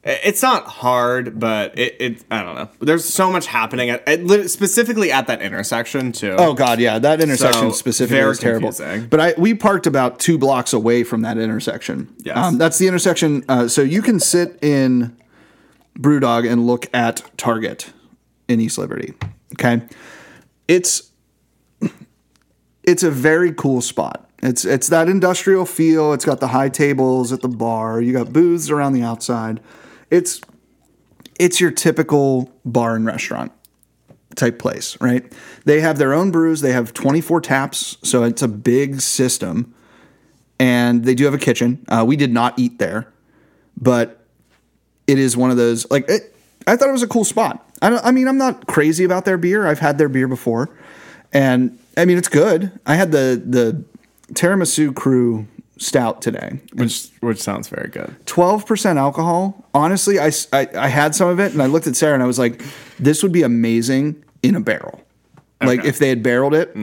Speaker 2: i- it's not hard, but it, it I don't know. There's so much happening at, at li- specifically at that intersection too.
Speaker 1: Oh God, yeah, that intersection
Speaker 2: So,
Speaker 1: specifically
Speaker 2: very
Speaker 1: is terrible.
Speaker 2: confusing.
Speaker 1: But I we parked about two blocks away from that intersection. Um,
Speaker 2: Yes.
Speaker 1: that's the intersection. Uh, so you can sit in BrewDog and look at Target in East Liberty. Okay, it's it's a very cool spot. It's it's that industrial feel. It's got the high tables at the bar. You got booths around the outside. It's it's your typical bar and restaurant type place, right? They have their own brews. They have 24 taps, so it's a big system. And they do have a kitchen. Uh, we did not eat there, but it is one of those like it, I thought it was a cool spot. I don't. I mean, I'm not crazy about their beer. I've had their beer before, and I mean it's good. I had the the tiramisu crew stout today
Speaker 2: which which sounds very good.
Speaker 1: twelve percent alcohol. Honestly, I, s- I- I had some of it, and I looked at Sarah, and I was like, "This would be amazing in a barrel, like
Speaker 2: Okay. Mm.
Speaker 1: if they had barreled it,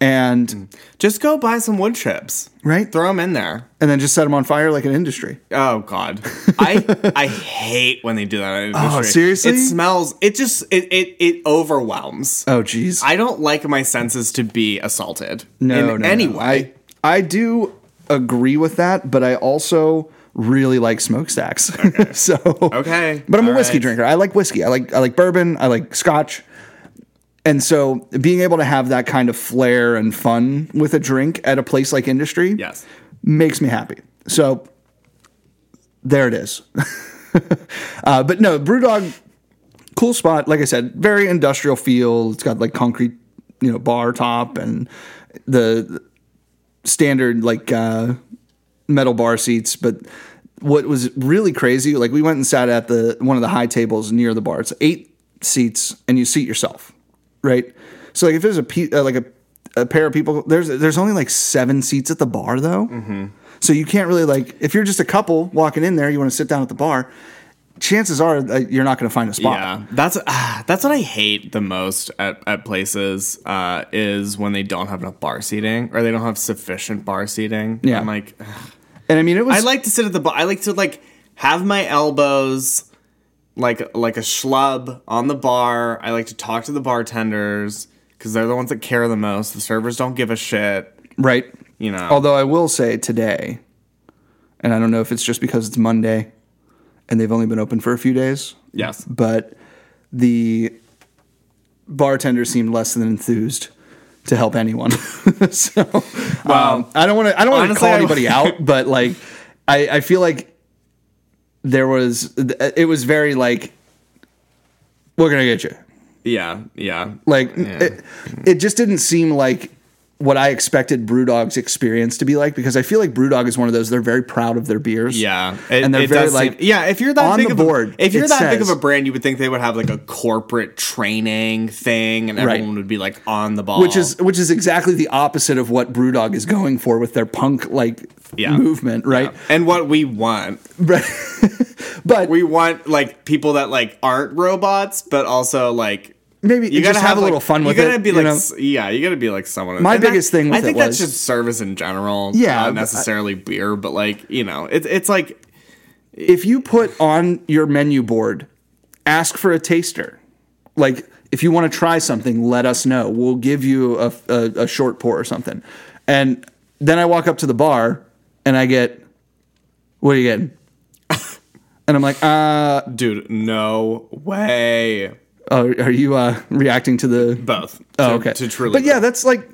Speaker 1: and
Speaker 2: Just go buy some wood chips,
Speaker 1: right,
Speaker 2: throw them in there.
Speaker 1: and then just set them on fire like an industry."
Speaker 2: Oh God, I I hate when they do that. in industry.
Speaker 1: Oh, seriously?
Speaker 2: it smells. It just it it, it overwhelms.
Speaker 1: Oh, jeez.
Speaker 2: I don't like my senses to be assaulted
Speaker 1: No,
Speaker 2: in
Speaker 1: no,
Speaker 2: any
Speaker 1: no. I,
Speaker 2: way.
Speaker 1: I do agree with that, but I also really like smokestacks. so
Speaker 2: Okay.
Speaker 1: but I'm a
Speaker 2: All
Speaker 1: whiskey
Speaker 2: right.
Speaker 1: drinker. I like whiskey. I like I like bourbon. I like scotch. And so being able to have that kind of flair and fun with a drink at a place like Industry
Speaker 2: Yes.
Speaker 1: makes me happy. So there it is. uh, but no, Brewdog, cool spot. Like I said, very industrial feel. It's got like concrete, you know, bar top and the standard like uh, metal bar seats. But what was really crazy, like we went and sat at the one of the high tables near the bar. It's eight seats, and you seat yourself, right? So like if there's a pe- uh, like a, a pair of people, there's there's only like seven seats at the bar though.
Speaker 2: Mm-hmm.
Speaker 1: So you can't really like if you're just a couple walking in there, you want to sit down at the bar. Chances are uh, you're not going to find a spot.
Speaker 2: Yeah, that's ah, that's what I hate the most at, at places uh, is when they don't have enough bar seating or they don't have sufficient bar seating.
Speaker 1: Yeah.
Speaker 2: I'm like, ugh.
Speaker 1: And I mean, it was
Speaker 2: I like to sit at the bar. I like to like have my elbows like like a schlub on the bar. I like to talk to the bartenders because they're the ones that care the most. The servers don't give a shit.
Speaker 1: right.
Speaker 2: You know,
Speaker 1: Although I will say today, and I don't know if it's just because it's Monday, and they've only been open for a few days,
Speaker 2: yes,
Speaker 1: but the bartender seemed less than enthused to help anyone. so um, I don't want to I don't want to
Speaker 2: Honestly,
Speaker 1: call
Speaker 2: I-
Speaker 1: anybody out, but like I, I feel like there was it was very like we're gonna get you.
Speaker 2: yeah, yeah.
Speaker 1: Like it, it just didn't seem like what I expected Brewdog's experience to be like because I feel like Brewdog is one of those they're very proud of their beers.
Speaker 2: Yeah, it-
Speaker 1: and they're
Speaker 2: it
Speaker 1: very
Speaker 2: does seem-
Speaker 1: like
Speaker 2: yeah. If you're that
Speaker 1: on
Speaker 2: big
Speaker 1: the
Speaker 2: of a-
Speaker 1: board,
Speaker 2: if you're
Speaker 1: it
Speaker 2: that big of
Speaker 1: says-
Speaker 2: a brand, you would think they would have like a corporate training thing, and
Speaker 1: Right.
Speaker 2: everyone would be like on the ball.
Speaker 1: which is which is exactly the opposite of what Brewdog is going for with their punk like
Speaker 2: Yeah.
Speaker 1: movement, right?
Speaker 2: and what we want.
Speaker 1: But
Speaker 2: We want like people that like aren't robots, but also like
Speaker 1: maybe you
Speaker 2: you gotta
Speaker 1: just have, a
Speaker 2: like-
Speaker 1: little fun with
Speaker 2: you gotta
Speaker 1: it.
Speaker 2: Be
Speaker 1: you
Speaker 2: like,
Speaker 1: know?
Speaker 2: s- yeah, you gotta be like someone.
Speaker 1: My
Speaker 2: and that-
Speaker 1: biggest thing with
Speaker 2: I think
Speaker 1: it
Speaker 2: that's
Speaker 1: was-
Speaker 2: just service in general.
Speaker 1: Yeah,
Speaker 2: not
Speaker 1: but I-
Speaker 2: necessarily beer, but like you know, it's it's like
Speaker 1: if you put on your menu board, ask for a taster. Like if you want to try something, let us know. We'll give you a, a, a short pour or something. And then I walk up to the bar and I get, what are you getting? and I'm like, uh,
Speaker 2: dude, no way.
Speaker 1: oh, are you uh, reacting to the
Speaker 2: Both.
Speaker 1: Oh,
Speaker 2: To-
Speaker 1: okay.
Speaker 2: To truly,
Speaker 1: but yeah, that's like.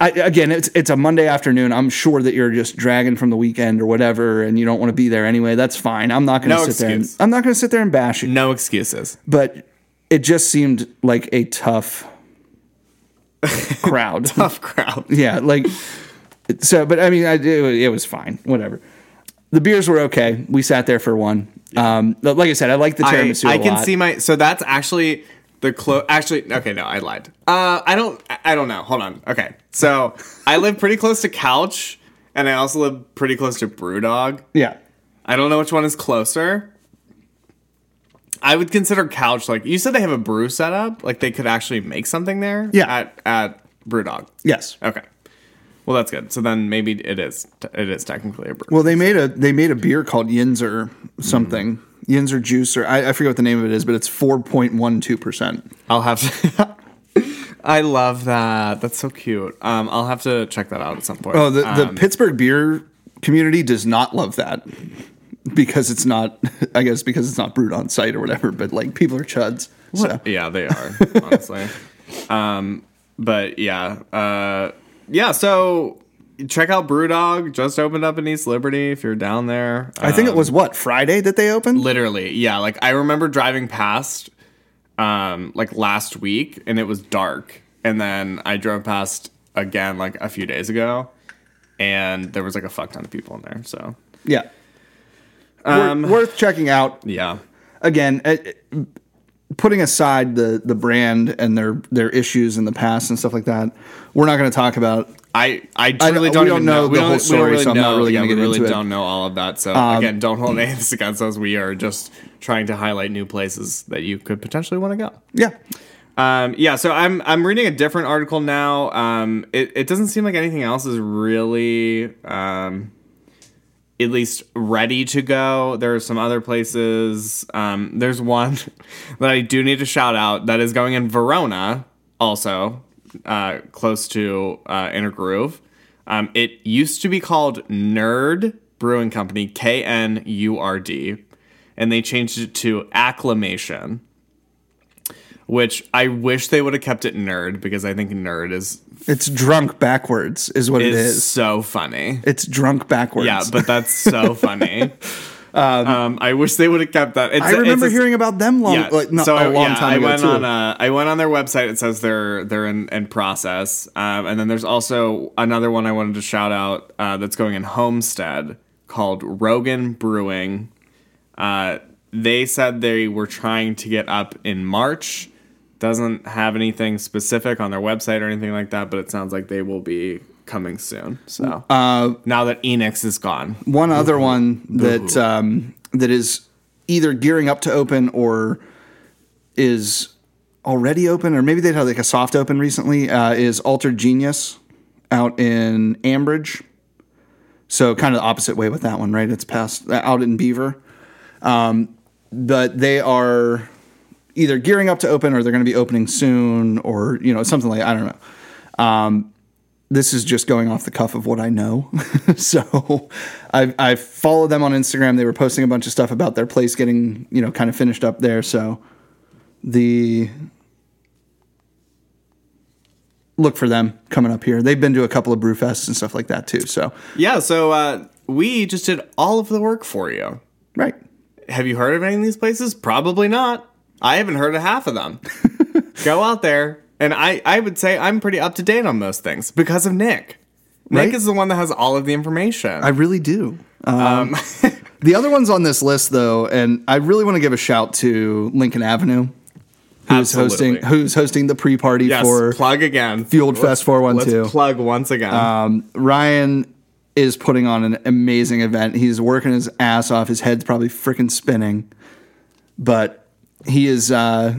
Speaker 1: I, again, it's it's a Monday afternoon. I'm sure that you're just dragging from the weekend or whatever, and you don't want to be there anyway. That's fine. I'm not going to
Speaker 2: No
Speaker 1: sit there. And,
Speaker 2: excuse.
Speaker 1: I'm not going to sit there and bash you.
Speaker 2: no excuses.
Speaker 1: But it just seemed like a tough crowd.
Speaker 2: tough crowd.
Speaker 1: yeah, like so. But I mean, I, it, wa- it was fine. Whatever. The beers were okay. We sat there for one. Um, but like I said, I like the
Speaker 2: I,
Speaker 1: tiramisu. a
Speaker 2: I can
Speaker 1: lot.
Speaker 2: see my. So that's actually the close. Actually, okay, no, I lied. Uh, I don't. I- I don't know. Hold on. Okay, so I live pretty close to Couch, and I also live pretty close to Brewdog.
Speaker 1: Yeah,
Speaker 2: I don't know which one is closer. I would consider Couch like you said they have a brew setup, like they could actually make something there.
Speaker 1: Yeah.
Speaker 2: At at Brewdog.
Speaker 1: yes.
Speaker 2: Okay. Well, that's good. So then maybe it is it is technically a brew.
Speaker 1: Well, they made a they made a beer called Yinzer something. Yinzer juice or I, I forget what the name of it is, but it's four point one two percent.
Speaker 2: I'll have to. I love that. That's so cute. Um, I'll have to check that out at some point.
Speaker 1: Oh, the,
Speaker 2: Um,
Speaker 1: the Pittsburgh beer community does not love that because it's not. I guess because it's not brewed on site or whatever. But like people are chuds. So.
Speaker 2: yeah, they are honestly. um, but yeah, uh, yeah. So check out Brewdog. Just opened up in East Liberty. If you're down there, Uh,
Speaker 1: I think it
Speaker 2: Um,
Speaker 1: was what Friday that they opened.
Speaker 2: literally yeah like i remember driving past um like last week and it was dark and then i drove past again like a few days ago and there was like a fuck ton of people in there so
Speaker 1: Yeah, Wor-
Speaker 2: Um,
Speaker 1: worth checking out.
Speaker 2: yeah
Speaker 1: again, it- it- putting aside the the brand and their their issues in the past and stuff like that, we're not going to talk about.
Speaker 2: i i
Speaker 1: I
Speaker 2: truly
Speaker 1: don't-
Speaker 2: don't,
Speaker 1: we don't
Speaker 2: even
Speaker 1: know
Speaker 2: know
Speaker 1: the
Speaker 2: we don't-
Speaker 1: whole
Speaker 2: we don't
Speaker 1: story, so I'm not really
Speaker 2: yeah,
Speaker 1: gonna get
Speaker 2: we really
Speaker 1: into it. Um,
Speaker 2: don't know all of that so again don't hold anything against us we are just trying to highlight new places that you could potentially want to go
Speaker 1: Yeah,
Speaker 2: Um, yeah, so I'm I'm reading a different article now. Um, it, it doesn't seem like anything else is really um, at least ready to go. There are some other places. Um, there's one that I do need to shout out that is going in Verona, also uh, close to uh, Inner Groove. Um, it used to be called Nerd Brewing Company, K N U R D, and they changed it to Acclamation which I wish they would have kept it nerd because I think nerd is
Speaker 1: it's drunk backwards is what
Speaker 2: is,
Speaker 1: it is.
Speaker 2: so funny.
Speaker 1: It's drunk backwards.
Speaker 2: Yeah, but that's so funny. Um, I wish they would have kept that. It's,
Speaker 1: I remember
Speaker 2: it's a-
Speaker 1: hearing about them long,
Speaker 2: yeah.
Speaker 1: Um, like not
Speaker 2: so
Speaker 1: a long
Speaker 2: yeah,
Speaker 1: time
Speaker 2: I
Speaker 1: ago
Speaker 2: went
Speaker 1: too.
Speaker 2: on uh, I went on their website. It says they're they're in, in process. Um, and then there's also another one I wanted to shout out uh, that's going in Homestead called Rogan Brewing. Uh, they said they were trying to get up in March. Doesn't have anything specific on their website or anything like that, but it sounds like they will be coming soon. So
Speaker 1: Uh,
Speaker 2: now that Enix is gone,
Speaker 1: One other one that um, that is either gearing up to open or is already open, or maybe they had like a soft open recently. Uh, is Altered Genius out in Ambridge? So kind of the opposite way with that one, right? It's past uh, out in Beaver, um, but they are either gearing up to open or they're going to be opening soon, or you know something like I don't know this is just going off the cuff of what I know. so I, I followed them on Instagram. They were posting a bunch of stuff about their place getting, you know, kind of finished up there. So the look for them coming up here. They've been to a couple of brew fests and stuff like that too. So,
Speaker 2: yeah. So uh, we just did all of the work for you.
Speaker 1: right.
Speaker 2: Have you heard of any of these places? Probably not. I haven't heard of half of them. Go out there. And I, I would say I'm pretty up to date on most things because of Nick.
Speaker 1: Right?
Speaker 2: Nick is the one that has all of the information.
Speaker 1: I really do. Um, the other ones on this list though, and I really want to give a shout to Lincoln Avenue. Who's
Speaker 2: Absolutely.
Speaker 1: hosting who's hosting the pre-party
Speaker 2: yes,
Speaker 1: for
Speaker 2: plug again.
Speaker 1: Fueled Fest 412.
Speaker 2: Let's plug once again.
Speaker 1: Uh, Ryan is putting on an amazing event. He's working his ass off. His head's probably freaking spinning, but he is uh,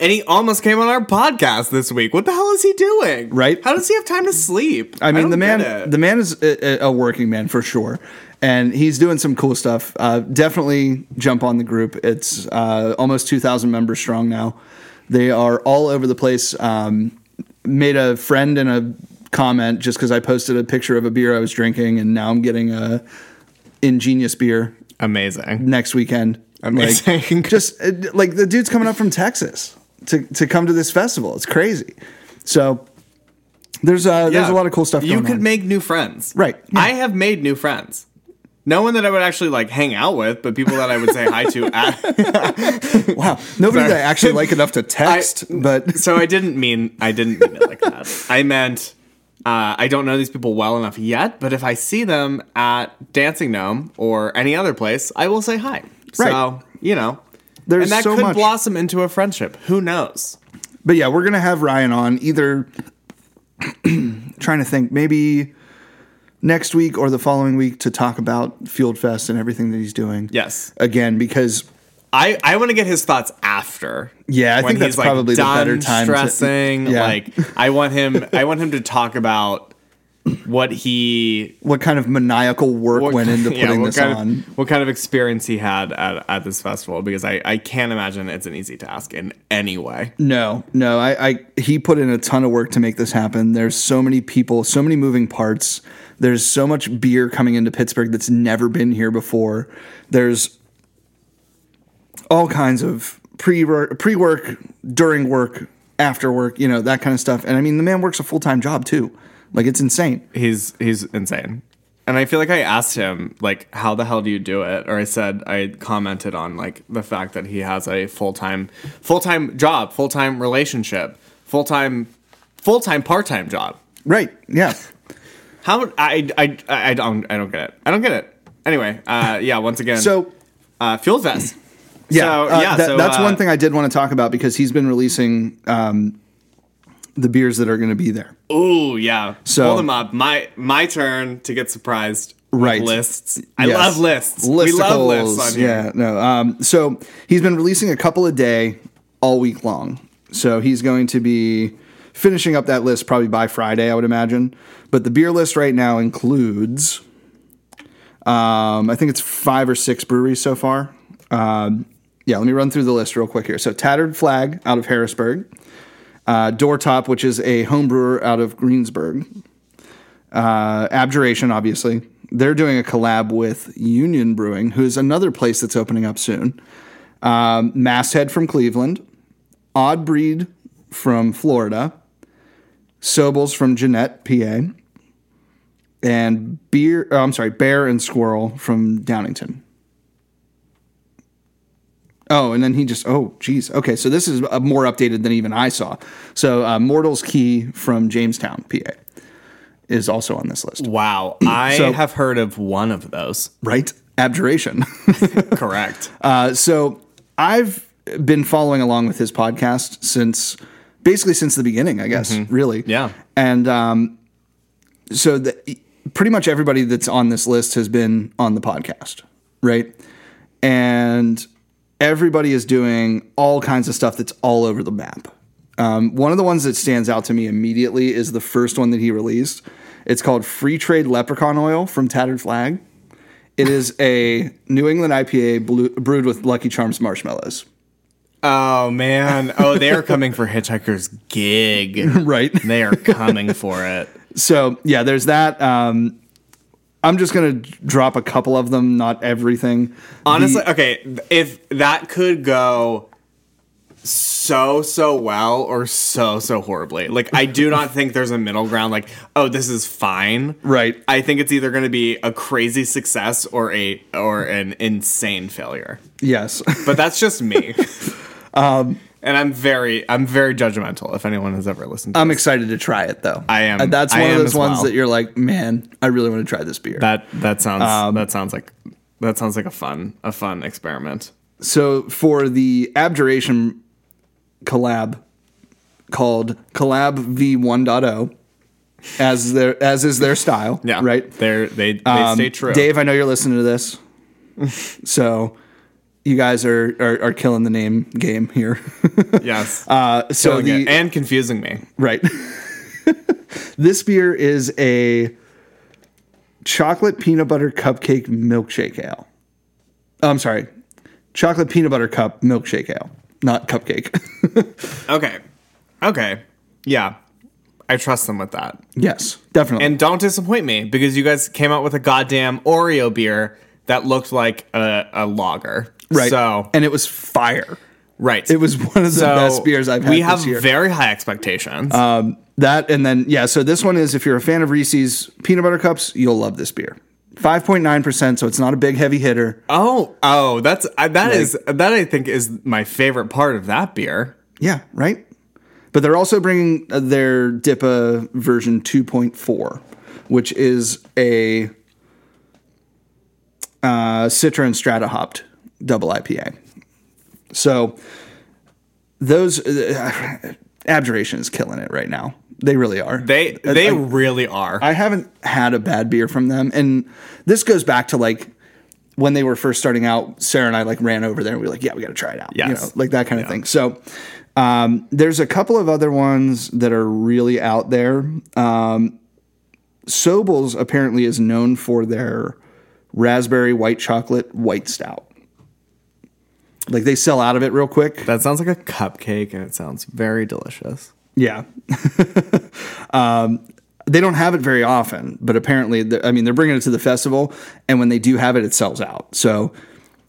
Speaker 2: and he almost came on our podcast this week. What the hell is he doing?
Speaker 1: Right?
Speaker 2: How does he have time to sleep?
Speaker 1: I mean,
Speaker 2: don't
Speaker 1: the
Speaker 2: get it.
Speaker 1: man, the man is a, a a working man for sure, and he's doing some cool stuff. Uh, definitely jump on the group. It's uh, almost two thousand members strong now. They are all over the place. Um, made a friend in a comment just because I posted a picture of a beer I was drinking, and now I'm getting a ingenious beer
Speaker 2: Amazing.
Speaker 1: next weekend.
Speaker 2: Amazing.
Speaker 1: Like, just uh, like the dude's coming up from Texas to to come to this festival. It's crazy. So there's uh, there's
Speaker 2: Yeah.
Speaker 1: a lot of cool stuff.
Speaker 2: You
Speaker 1: going
Speaker 2: could
Speaker 1: on.
Speaker 2: make new friends.
Speaker 1: Right.
Speaker 2: I have made new friends. No one that I would actually like hang out with, but people that I would say hi to at,
Speaker 1: wow nobody
Speaker 2: Sorry.
Speaker 1: that I actually like enough to text, but
Speaker 2: so I didn't mean I didn't mean it like that. I meant uh, I don't know these people well enough yet, but if I see them at Dancing Gnome or any other place, I will say hi.
Speaker 1: Right.
Speaker 2: So you know,
Speaker 1: There's
Speaker 2: and that
Speaker 1: so
Speaker 2: could
Speaker 1: much.
Speaker 2: blossom into a friendship. Who knows?
Speaker 1: but yeah, we're gonna have Ryan on either. trying to think, maybe next week or the following week to talk about Field Fest and everything that he's doing.
Speaker 2: Yes,
Speaker 1: Again, because
Speaker 2: I I want to get his thoughts after.
Speaker 1: Yeah, I
Speaker 2: when
Speaker 1: think that's
Speaker 2: he's, like,
Speaker 1: probably the
Speaker 2: done
Speaker 1: better time to-
Speaker 2: Stressing,
Speaker 1: Yeah.
Speaker 2: like I want him. I want him to talk about what he
Speaker 1: what kind of maniacal work went into
Speaker 2: yeah,
Speaker 1: putting
Speaker 2: what
Speaker 1: this
Speaker 2: kind of-
Speaker 1: on?
Speaker 2: what kind of experience he had at, at this festival? Because I, I can't imagine it's an easy task in any way.
Speaker 1: No, no. I, I he put in a ton of work to make this happen. There's so many people, so many moving parts. There's so much beer coming into Pittsburgh that's never been here before. There's all kinds of pre pre work, during work, after work, you know that kind of stuff. And I mean, the man works a full time job too. Like it's insane.
Speaker 2: He's he's insane. And I feel like I asked him like, how the hell do you do it? Or I said I commented on like the fact that he has a full time full time job, full time relationship, full time full time part time job.
Speaker 1: Right? Yeah.
Speaker 2: How I, I I I don't I don't get it. I don't get it. Anyway, uh, yeah. Once again,
Speaker 1: So
Speaker 2: uh, fuel vest.
Speaker 1: Yeah,
Speaker 2: So,
Speaker 1: uh,
Speaker 2: yeah,
Speaker 1: that-
Speaker 2: so,
Speaker 1: that's
Speaker 2: uh,
Speaker 1: one thing I did want to talk about because he's been releasing um, the beers that are going to be there.
Speaker 2: Ooh, yeah.
Speaker 1: So-
Speaker 2: pull them up. My my turn to get surprised. with
Speaker 1: Right.
Speaker 2: Lists. I
Speaker 1: Yes.
Speaker 2: love lists.
Speaker 1: Listicles.
Speaker 2: We love lists on here.
Speaker 1: Yeah, no. Um, so he's been releasing a couple a day all week long. So he's going to be finishing up that list probably by Friday, I would imagine. But the beer list right now includes, um, I think it's five or six breweries so far. Um, yeah, let me run through the list real quick here. So Tattered Flag out of Harrisburg, uh, Doortop, which is a home brewer out of Greensburg, uh, Abjuration, obviously. They're doing a collab with Union Brewing, who is another place that's opening up soon. Um, Masthead from Cleveland, Odd Breed from Florida, Sobels from Jeanette, PA, and Beer. Oh, I'm sorry, Bear and Squirrel from Downington. Oh, and then he just oh geez okay so this is uh, more updated than even I saw. So uh, Mortals Key from Jamestown, PA, is also on this list,
Speaker 2: Wow. I
Speaker 1: So-
Speaker 2: have heard of one of those.
Speaker 1: right? Abjuration.
Speaker 2: Correct.
Speaker 1: Uh, so I've been following along with his podcast since basically since the beginning, I guess, really.
Speaker 2: Yeah.
Speaker 1: And um, so the, pretty much everybody that's on this list has been on the podcast, right? And everybody is doing all kinds of stuff that's all over the map. Um, one of the ones that stands out to me immediately is the first one that he released. It's called Free Trade Leprechaun Oil from Tattered Flag. It is a New England IPA blue, brewed with Lucky Charms marshmallows.
Speaker 2: Oh man. Oh, they are coming for Hitchhiker's gig.
Speaker 1: Right.
Speaker 2: They are coming for it.
Speaker 1: So yeah, there's that. Um, I'm just gonna d- drop a couple of them, not everything.
Speaker 2: Honestly, okay, if that could go so so well or so so horribly. Like I do not think there's a middle ground like, oh, this is fine.
Speaker 1: Right.
Speaker 2: I think it's either going to be a crazy success or a or an insane failure.
Speaker 1: Yes.
Speaker 2: But that's just me. um and I'm very I'm very judgmental if anyone has ever listened to
Speaker 1: I'm
Speaker 2: this.
Speaker 1: excited to try it though.
Speaker 2: I am-
Speaker 1: And that's
Speaker 2: I
Speaker 1: one of
Speaker 2: am
Speaker 1: those
Speaker 2: as
Speaker 1: ones
Speaker 2: well.
Speaker 1: that you're like, man, I really want to try this beer.
Speaker 2: That that sounds
Speaker 1: Um,
Speaker 2: that sounds like that sounds like a fun a fun experiment.
Speaker 1: so for the abjuration collab called Collab V 1.0, as their as is their style.
Speaker 2: Yeah.
Speaker 1: Right.
Speaker 2: They're they they
Speaker 1: Um,
Speaker 2: stay true.
Speaker 1: Dave, I know you're listening to this. so you guys are, are are killing the name game here.
Speaker 2: yes.
Speaker 1: Uh, so
Speaker 2: Killing
Speaker 1: the
Speaker 2: it and confusing me.
Speaker 1: right. this beer is a chocolate peanut butter cupcake milkshake ale. Oh, I'm sorry. Chocolate peanut butter cup milkshake ale, not cupcake.
Speaker 2: Okay. Okay. Yeah. I trust them with that.
Speaker 1: yes, definitely.
Speaker 2: And don't disappoint me because you guys came out with a goddamn Oreo beer that looked like a, a lager.
Speaker 1: right.
Speaker 2: So,
Speaker 1: and it was fire.
Speaker 2: right.
Speaker 1: It was one of the
Speaker 2: so
Speaker 1: best beers I've had
Speaker 2: We
Speaker 1: this
Speaker 2: have
Speaker 1: year. Uh,
Speaker 2: very high expectations.
Speaker 1: That and then yeah, so this one is if you're a fan of Reese's peanut butter cups, you'll love this beer. 5.9%, so it's not a big heavy hitter.
Speaker 2: oh, oh, that's I that is that I think is my favorite part of that beer.
Speaker 1: Yeah, right? But they're also bringing uh, their DIPA version 2.4, which is a uh, Citra and Strata hopped double IPA. So those uh, abjuration is killing it right now. They really are.
Speaker 2: They
Speaker 1: I-
Speaker 2: they
Speaker 1: I-
Speaker 2: really are.
Speaker 1: I haven't had a bad beer from them. And this goes back to like when they were first starting out, Sarah and I like ran over there and we were like, yeah, we got to try it out. You
Speaker 2: Yes.
Speaker 1: know, like that kind of thing. So um, there's a couple of other ones that are really out there. Um, Sobel's apparently is known for their raspberry white chocolate white stout. Like they sell out of it real quick.
Speaker 2: that sounds like a cupcake and it sounds very delicious.
Speaker 1: Yeah. um, they don't have it very often, but apparently, the- I mean, they're bringing it to the festival, and when they do have it, it sells out. So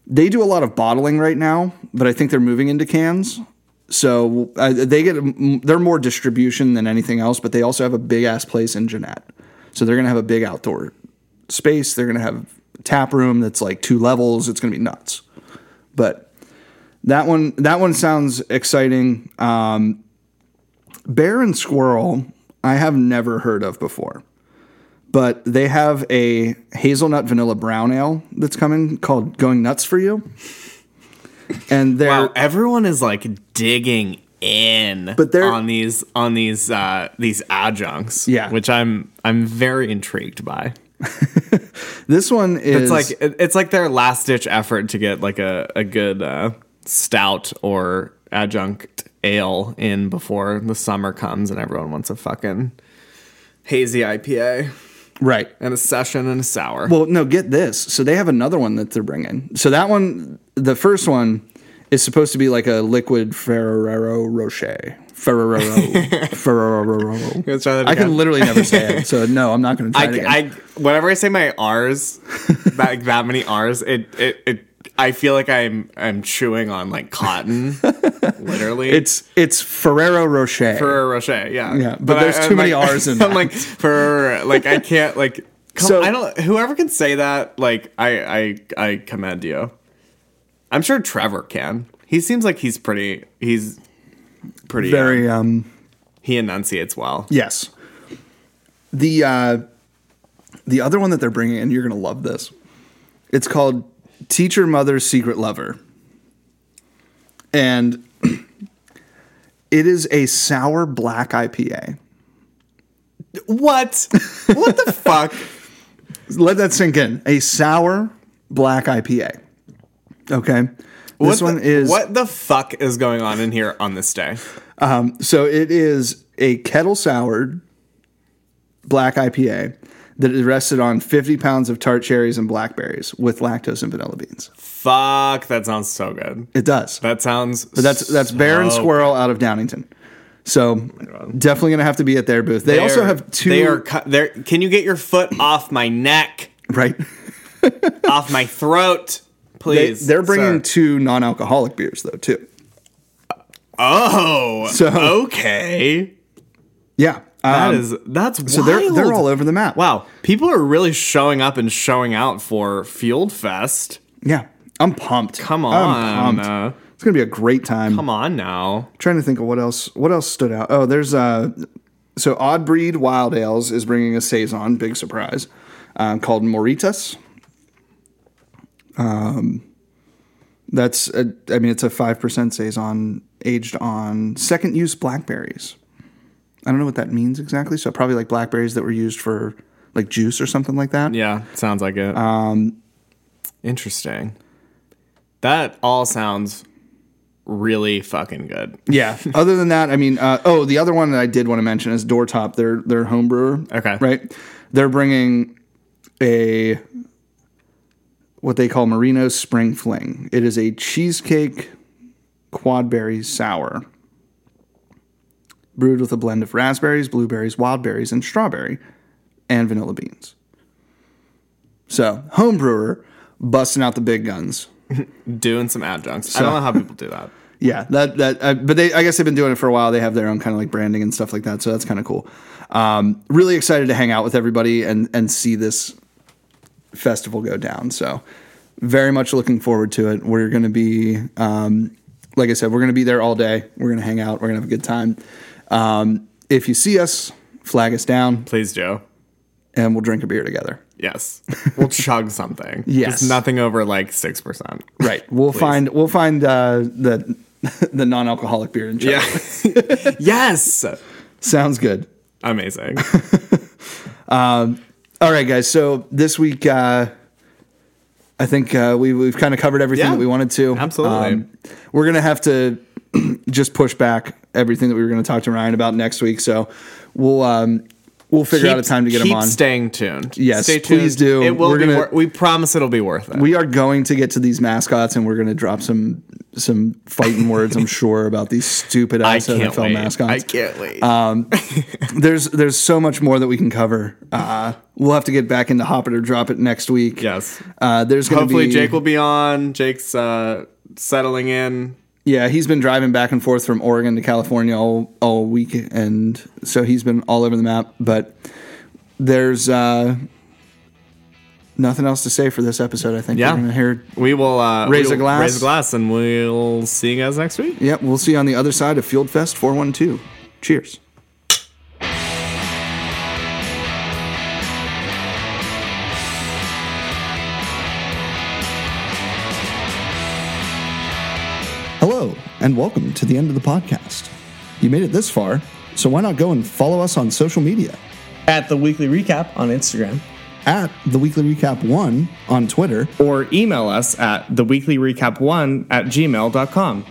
Speaker 1: they do a lot of bottling right now, but I think they're moving into cans. So uh, they get a- they're more distribution than anything else, but they also have a big ass place in Jeanette. So they're gonna have a big outdoor space. They're gonna have a tap room that's like two levels. It's gonna be nuts. But that one that one sounds exciting. Um, Bear and Squirrel, I have never heard of before, but they have a hazelnut vanilla brown ale that's coming called Going Nuts for You. And they're
Speaker 2: Wow, everyone is like digging in
Speaker 1: But they're-
Speaker 2: on these on these uh these adjuncts.
Speaker 1: Yeah.
Speaker 2: Which I'm I'm very intrigued by.
Speaker 1: this one is
Speaker 2: It's like it- it's like their last ditch effort to get like a, a good uh stout or adjunct ale in before the summer comes and everyone wants a fucking hazy IPA
Speaker 1: right.
Speaker 2: and a session and a sour.
Speaker 1: Well, no, get this. So they have another one that they're bringing. So that one, the first one, is supposed to be like a liquid Ferrero Rocher. Ferrero, Ferrero.
Speaker 2: Let's try that
Speaker 1: I can
Speaker 2: again.
Speaker 1: literally never say it. So no, I'm not going to try it again.
Speaker 2: I, I whenever I say my R's, that, like that many R's, it, it it I feel like I'm I'm chewing on like cotton, literally.
Speaker 1: it's it's Ferrero Rocher.
Speaker 2: Ferrero Rocher, yeah,
Speaker 1: Yeah, but there's too many R's in
Speaker 2: I'm
Speaker 1: that.
Speaker 2: like Ferrero, like I can't like. Come,
Speaker 1: So-
Speaker 2: I don't. Whoever can say that, like I I I commend you. I'm sure Trevor can. He seems like he's pretty. He's pretty. uh,
Speaker 1: Very um
Speaker 2: he enunciates well.
Speaker 1: Yes. The uh, the other one that they're bringing in, you're gonna love this. It's called Teacher Mother's Secret Lover, and it is a sour black IPA.
Speaker 2: What? What the fuck?
Speaker 1: Let that sink in. A sour black IPA. Okay.
Speaker 2: What
Speaker 1: This
Speaker 2: the-
Speaker 1: one is
Speaker 2: What the fuck is going on in here on this day?
Speaker 1: so it is a kettle soured black IPA that is rested on 50 pounds of tart cherries and blackberries with lactose and vanilla beans.
Speaker 2: Fuck, that sounds so good.
Speaker 1: It does.
Speaker 2: That sounds.
Speaker 1: But that's that's Bear and
Speaker 2: so- Oh
Speaker 1: Squirrel out of Downington. So definitely gonna have to be at their booth. They,
Speaker 2: They
Speaker 1: also
Speaker 2: are-
Speaker 1: have two
Speaker 2: They are. cu- They're, can you get your foot off my neck,
Speaker 1: right.
Speaker 2: off my throat,
Speaker 1: They,
Speaker 2: please?
Speaker 1: they're bringing
Speaker 2: sir?
Speaker 1: two non-alcoholic beers though too.
Speaker 2: oh,
Speaker 1: So-
Speaker 2: okay.
Speaker 1: Yeah,
Speaker 2: That
Speaker 1: um,
Speaker 2: is that's
Speaker 1: so they're they're all over the map.
Speaker 2: Wow, people are really showing up and showing out for Field Fest.
Speaker 1: Yeah, I'm pumped.
Speaker 2: Come
Speaker 1: I'm
Speaker 2: on,
Speaker 1: pumped.
Speaker 2: uh,
Speaker 1: It's gonna be a great time.
Speaker 2: come on now.
Speaker 1: trying to think of what else what else stood out. Oh, there's uh so Odd Breed Wild Ales is bringing a saison, big surprise, um, called Moritas. Um, that's a, I mean it's a five percent saison aged on second use blackberries. I don't know what that means exactly. So probably like blackberries that were used for like juice or something like that.
Speaker 2: Yeah, sounds like it. Um, interesting. That all sounds really fucking good.
Speaker 1: Yeah. Other than that, I mean, uh, oh, the other one that I did want to mention is Doortop. Their their home brewer.
Speaker 2: Okay.
Speaker 1: Right. They're bringing a what they call Merino Spring Fling. It is a cheesecake quadberry sour brewed with a blend of raspberries, blueberries, wild berries, and strawberry, and vanilla beans. So home brewer busting out the big guns.
Speaker 2: Doing some adjuncts. I don't know how people do that.
Speaker 1: Yeah, that that. Uh, but they, I guess they've been doing it for a while. They have their own kind of like branding and stuff like that. So that's kind of cool. Um, really excited to hang out with everybody and and see this festival go down. So very much looking forward to it. We're going to be, um, like I said, we're going to be there all day. We're going to hang out. We're going to have a good time. Um, if you see us, flag us down
Speaker 2: Please do.
Speaker 1: and we'll drink a beer together.
Speaker 2: Yes. We'll chug something.
Speaker 1: Yes.
Speaker 2: Just nothing over like 6%.
Speaker 1: Right. We'll find we'll find uh, the the non alcoholic beer and
Speaker 2: Yeah.
Speaker 1: check.
Speaker 2: yes.
Speaker 1: Sounds good.
Speaker 2: Amazing.
Speaker 1: All right, guys. So this week, uh, I think uh, we, we've kind of covered everything
Speaker 2: Yeah,
Speaker 1: that we wanted to. Um,
Speaker 2: absolutely.
Speaker 1: we're going to have to just push back everything that we were going to talk to Ryan about next week. So we'll um, we'll figure out a time to get him
Speaker 2: keep
Speaker 1: on.
Speaker 2: staying tuned.
Speaker 1: Yes,
Speaker 2: Stay tuned.
Speaker 1: please do.
Speaker 2: It will
Speaker 1: We're
Speaker 2: be
Speaker 1: gonna-
Speaker 2: wor- we promise it'll be worth it.
Speaker 1: we are going to get to these mascots, and we're going to drop some some fighting words. I'm sure about these stupid
Speaker 2: I
Speaker 1: ass
Speaker 2: can't
Speaker 1: NFL
Speaker 2: wait.
Speaker 1: mascots.
Speaker 2: I can't wait.
Speaker 1: Uh, there's there's so much more that we can cover. Uh, we'll have to get back into Hop It or Drop It next week.
Speaker 2: yes.
Speaker 1: Uh, there's gonna
Speaker 2: Hopefully
Speaker 1: be,
Speaker 2: Jake will be on. Jake's uh, settling in.
Speaker 1: Yeah, he's been driving back and forth from Oregon to California all all week, and so he's been all over the map. But there's uh, nothing else to say for this episode. I think
Speaker 2: Yeah.
Speaker 1: we're gonna hear.
Speaker 2: We will uh,
Speaker 1: Raise
Speaker 2: we
Speaker 1: a
Speaker 2: will
Speaker 1: glass.
Speaker 2: Raise a glass, and we'll see you guys next week.
Speaker 1: Yep, we'll see you on the other side of Field Fest 412. Cheers. Hello, and welcome to the end of the podcast. You made it this far, so why not go and follow us on social media
Speaker 3: at the weekly recap on Instagram.
Speaker 1: at the Weekly Recap One on Twitter
Speaker 3: Or email us at theweeklyrecap1 at gmail.com.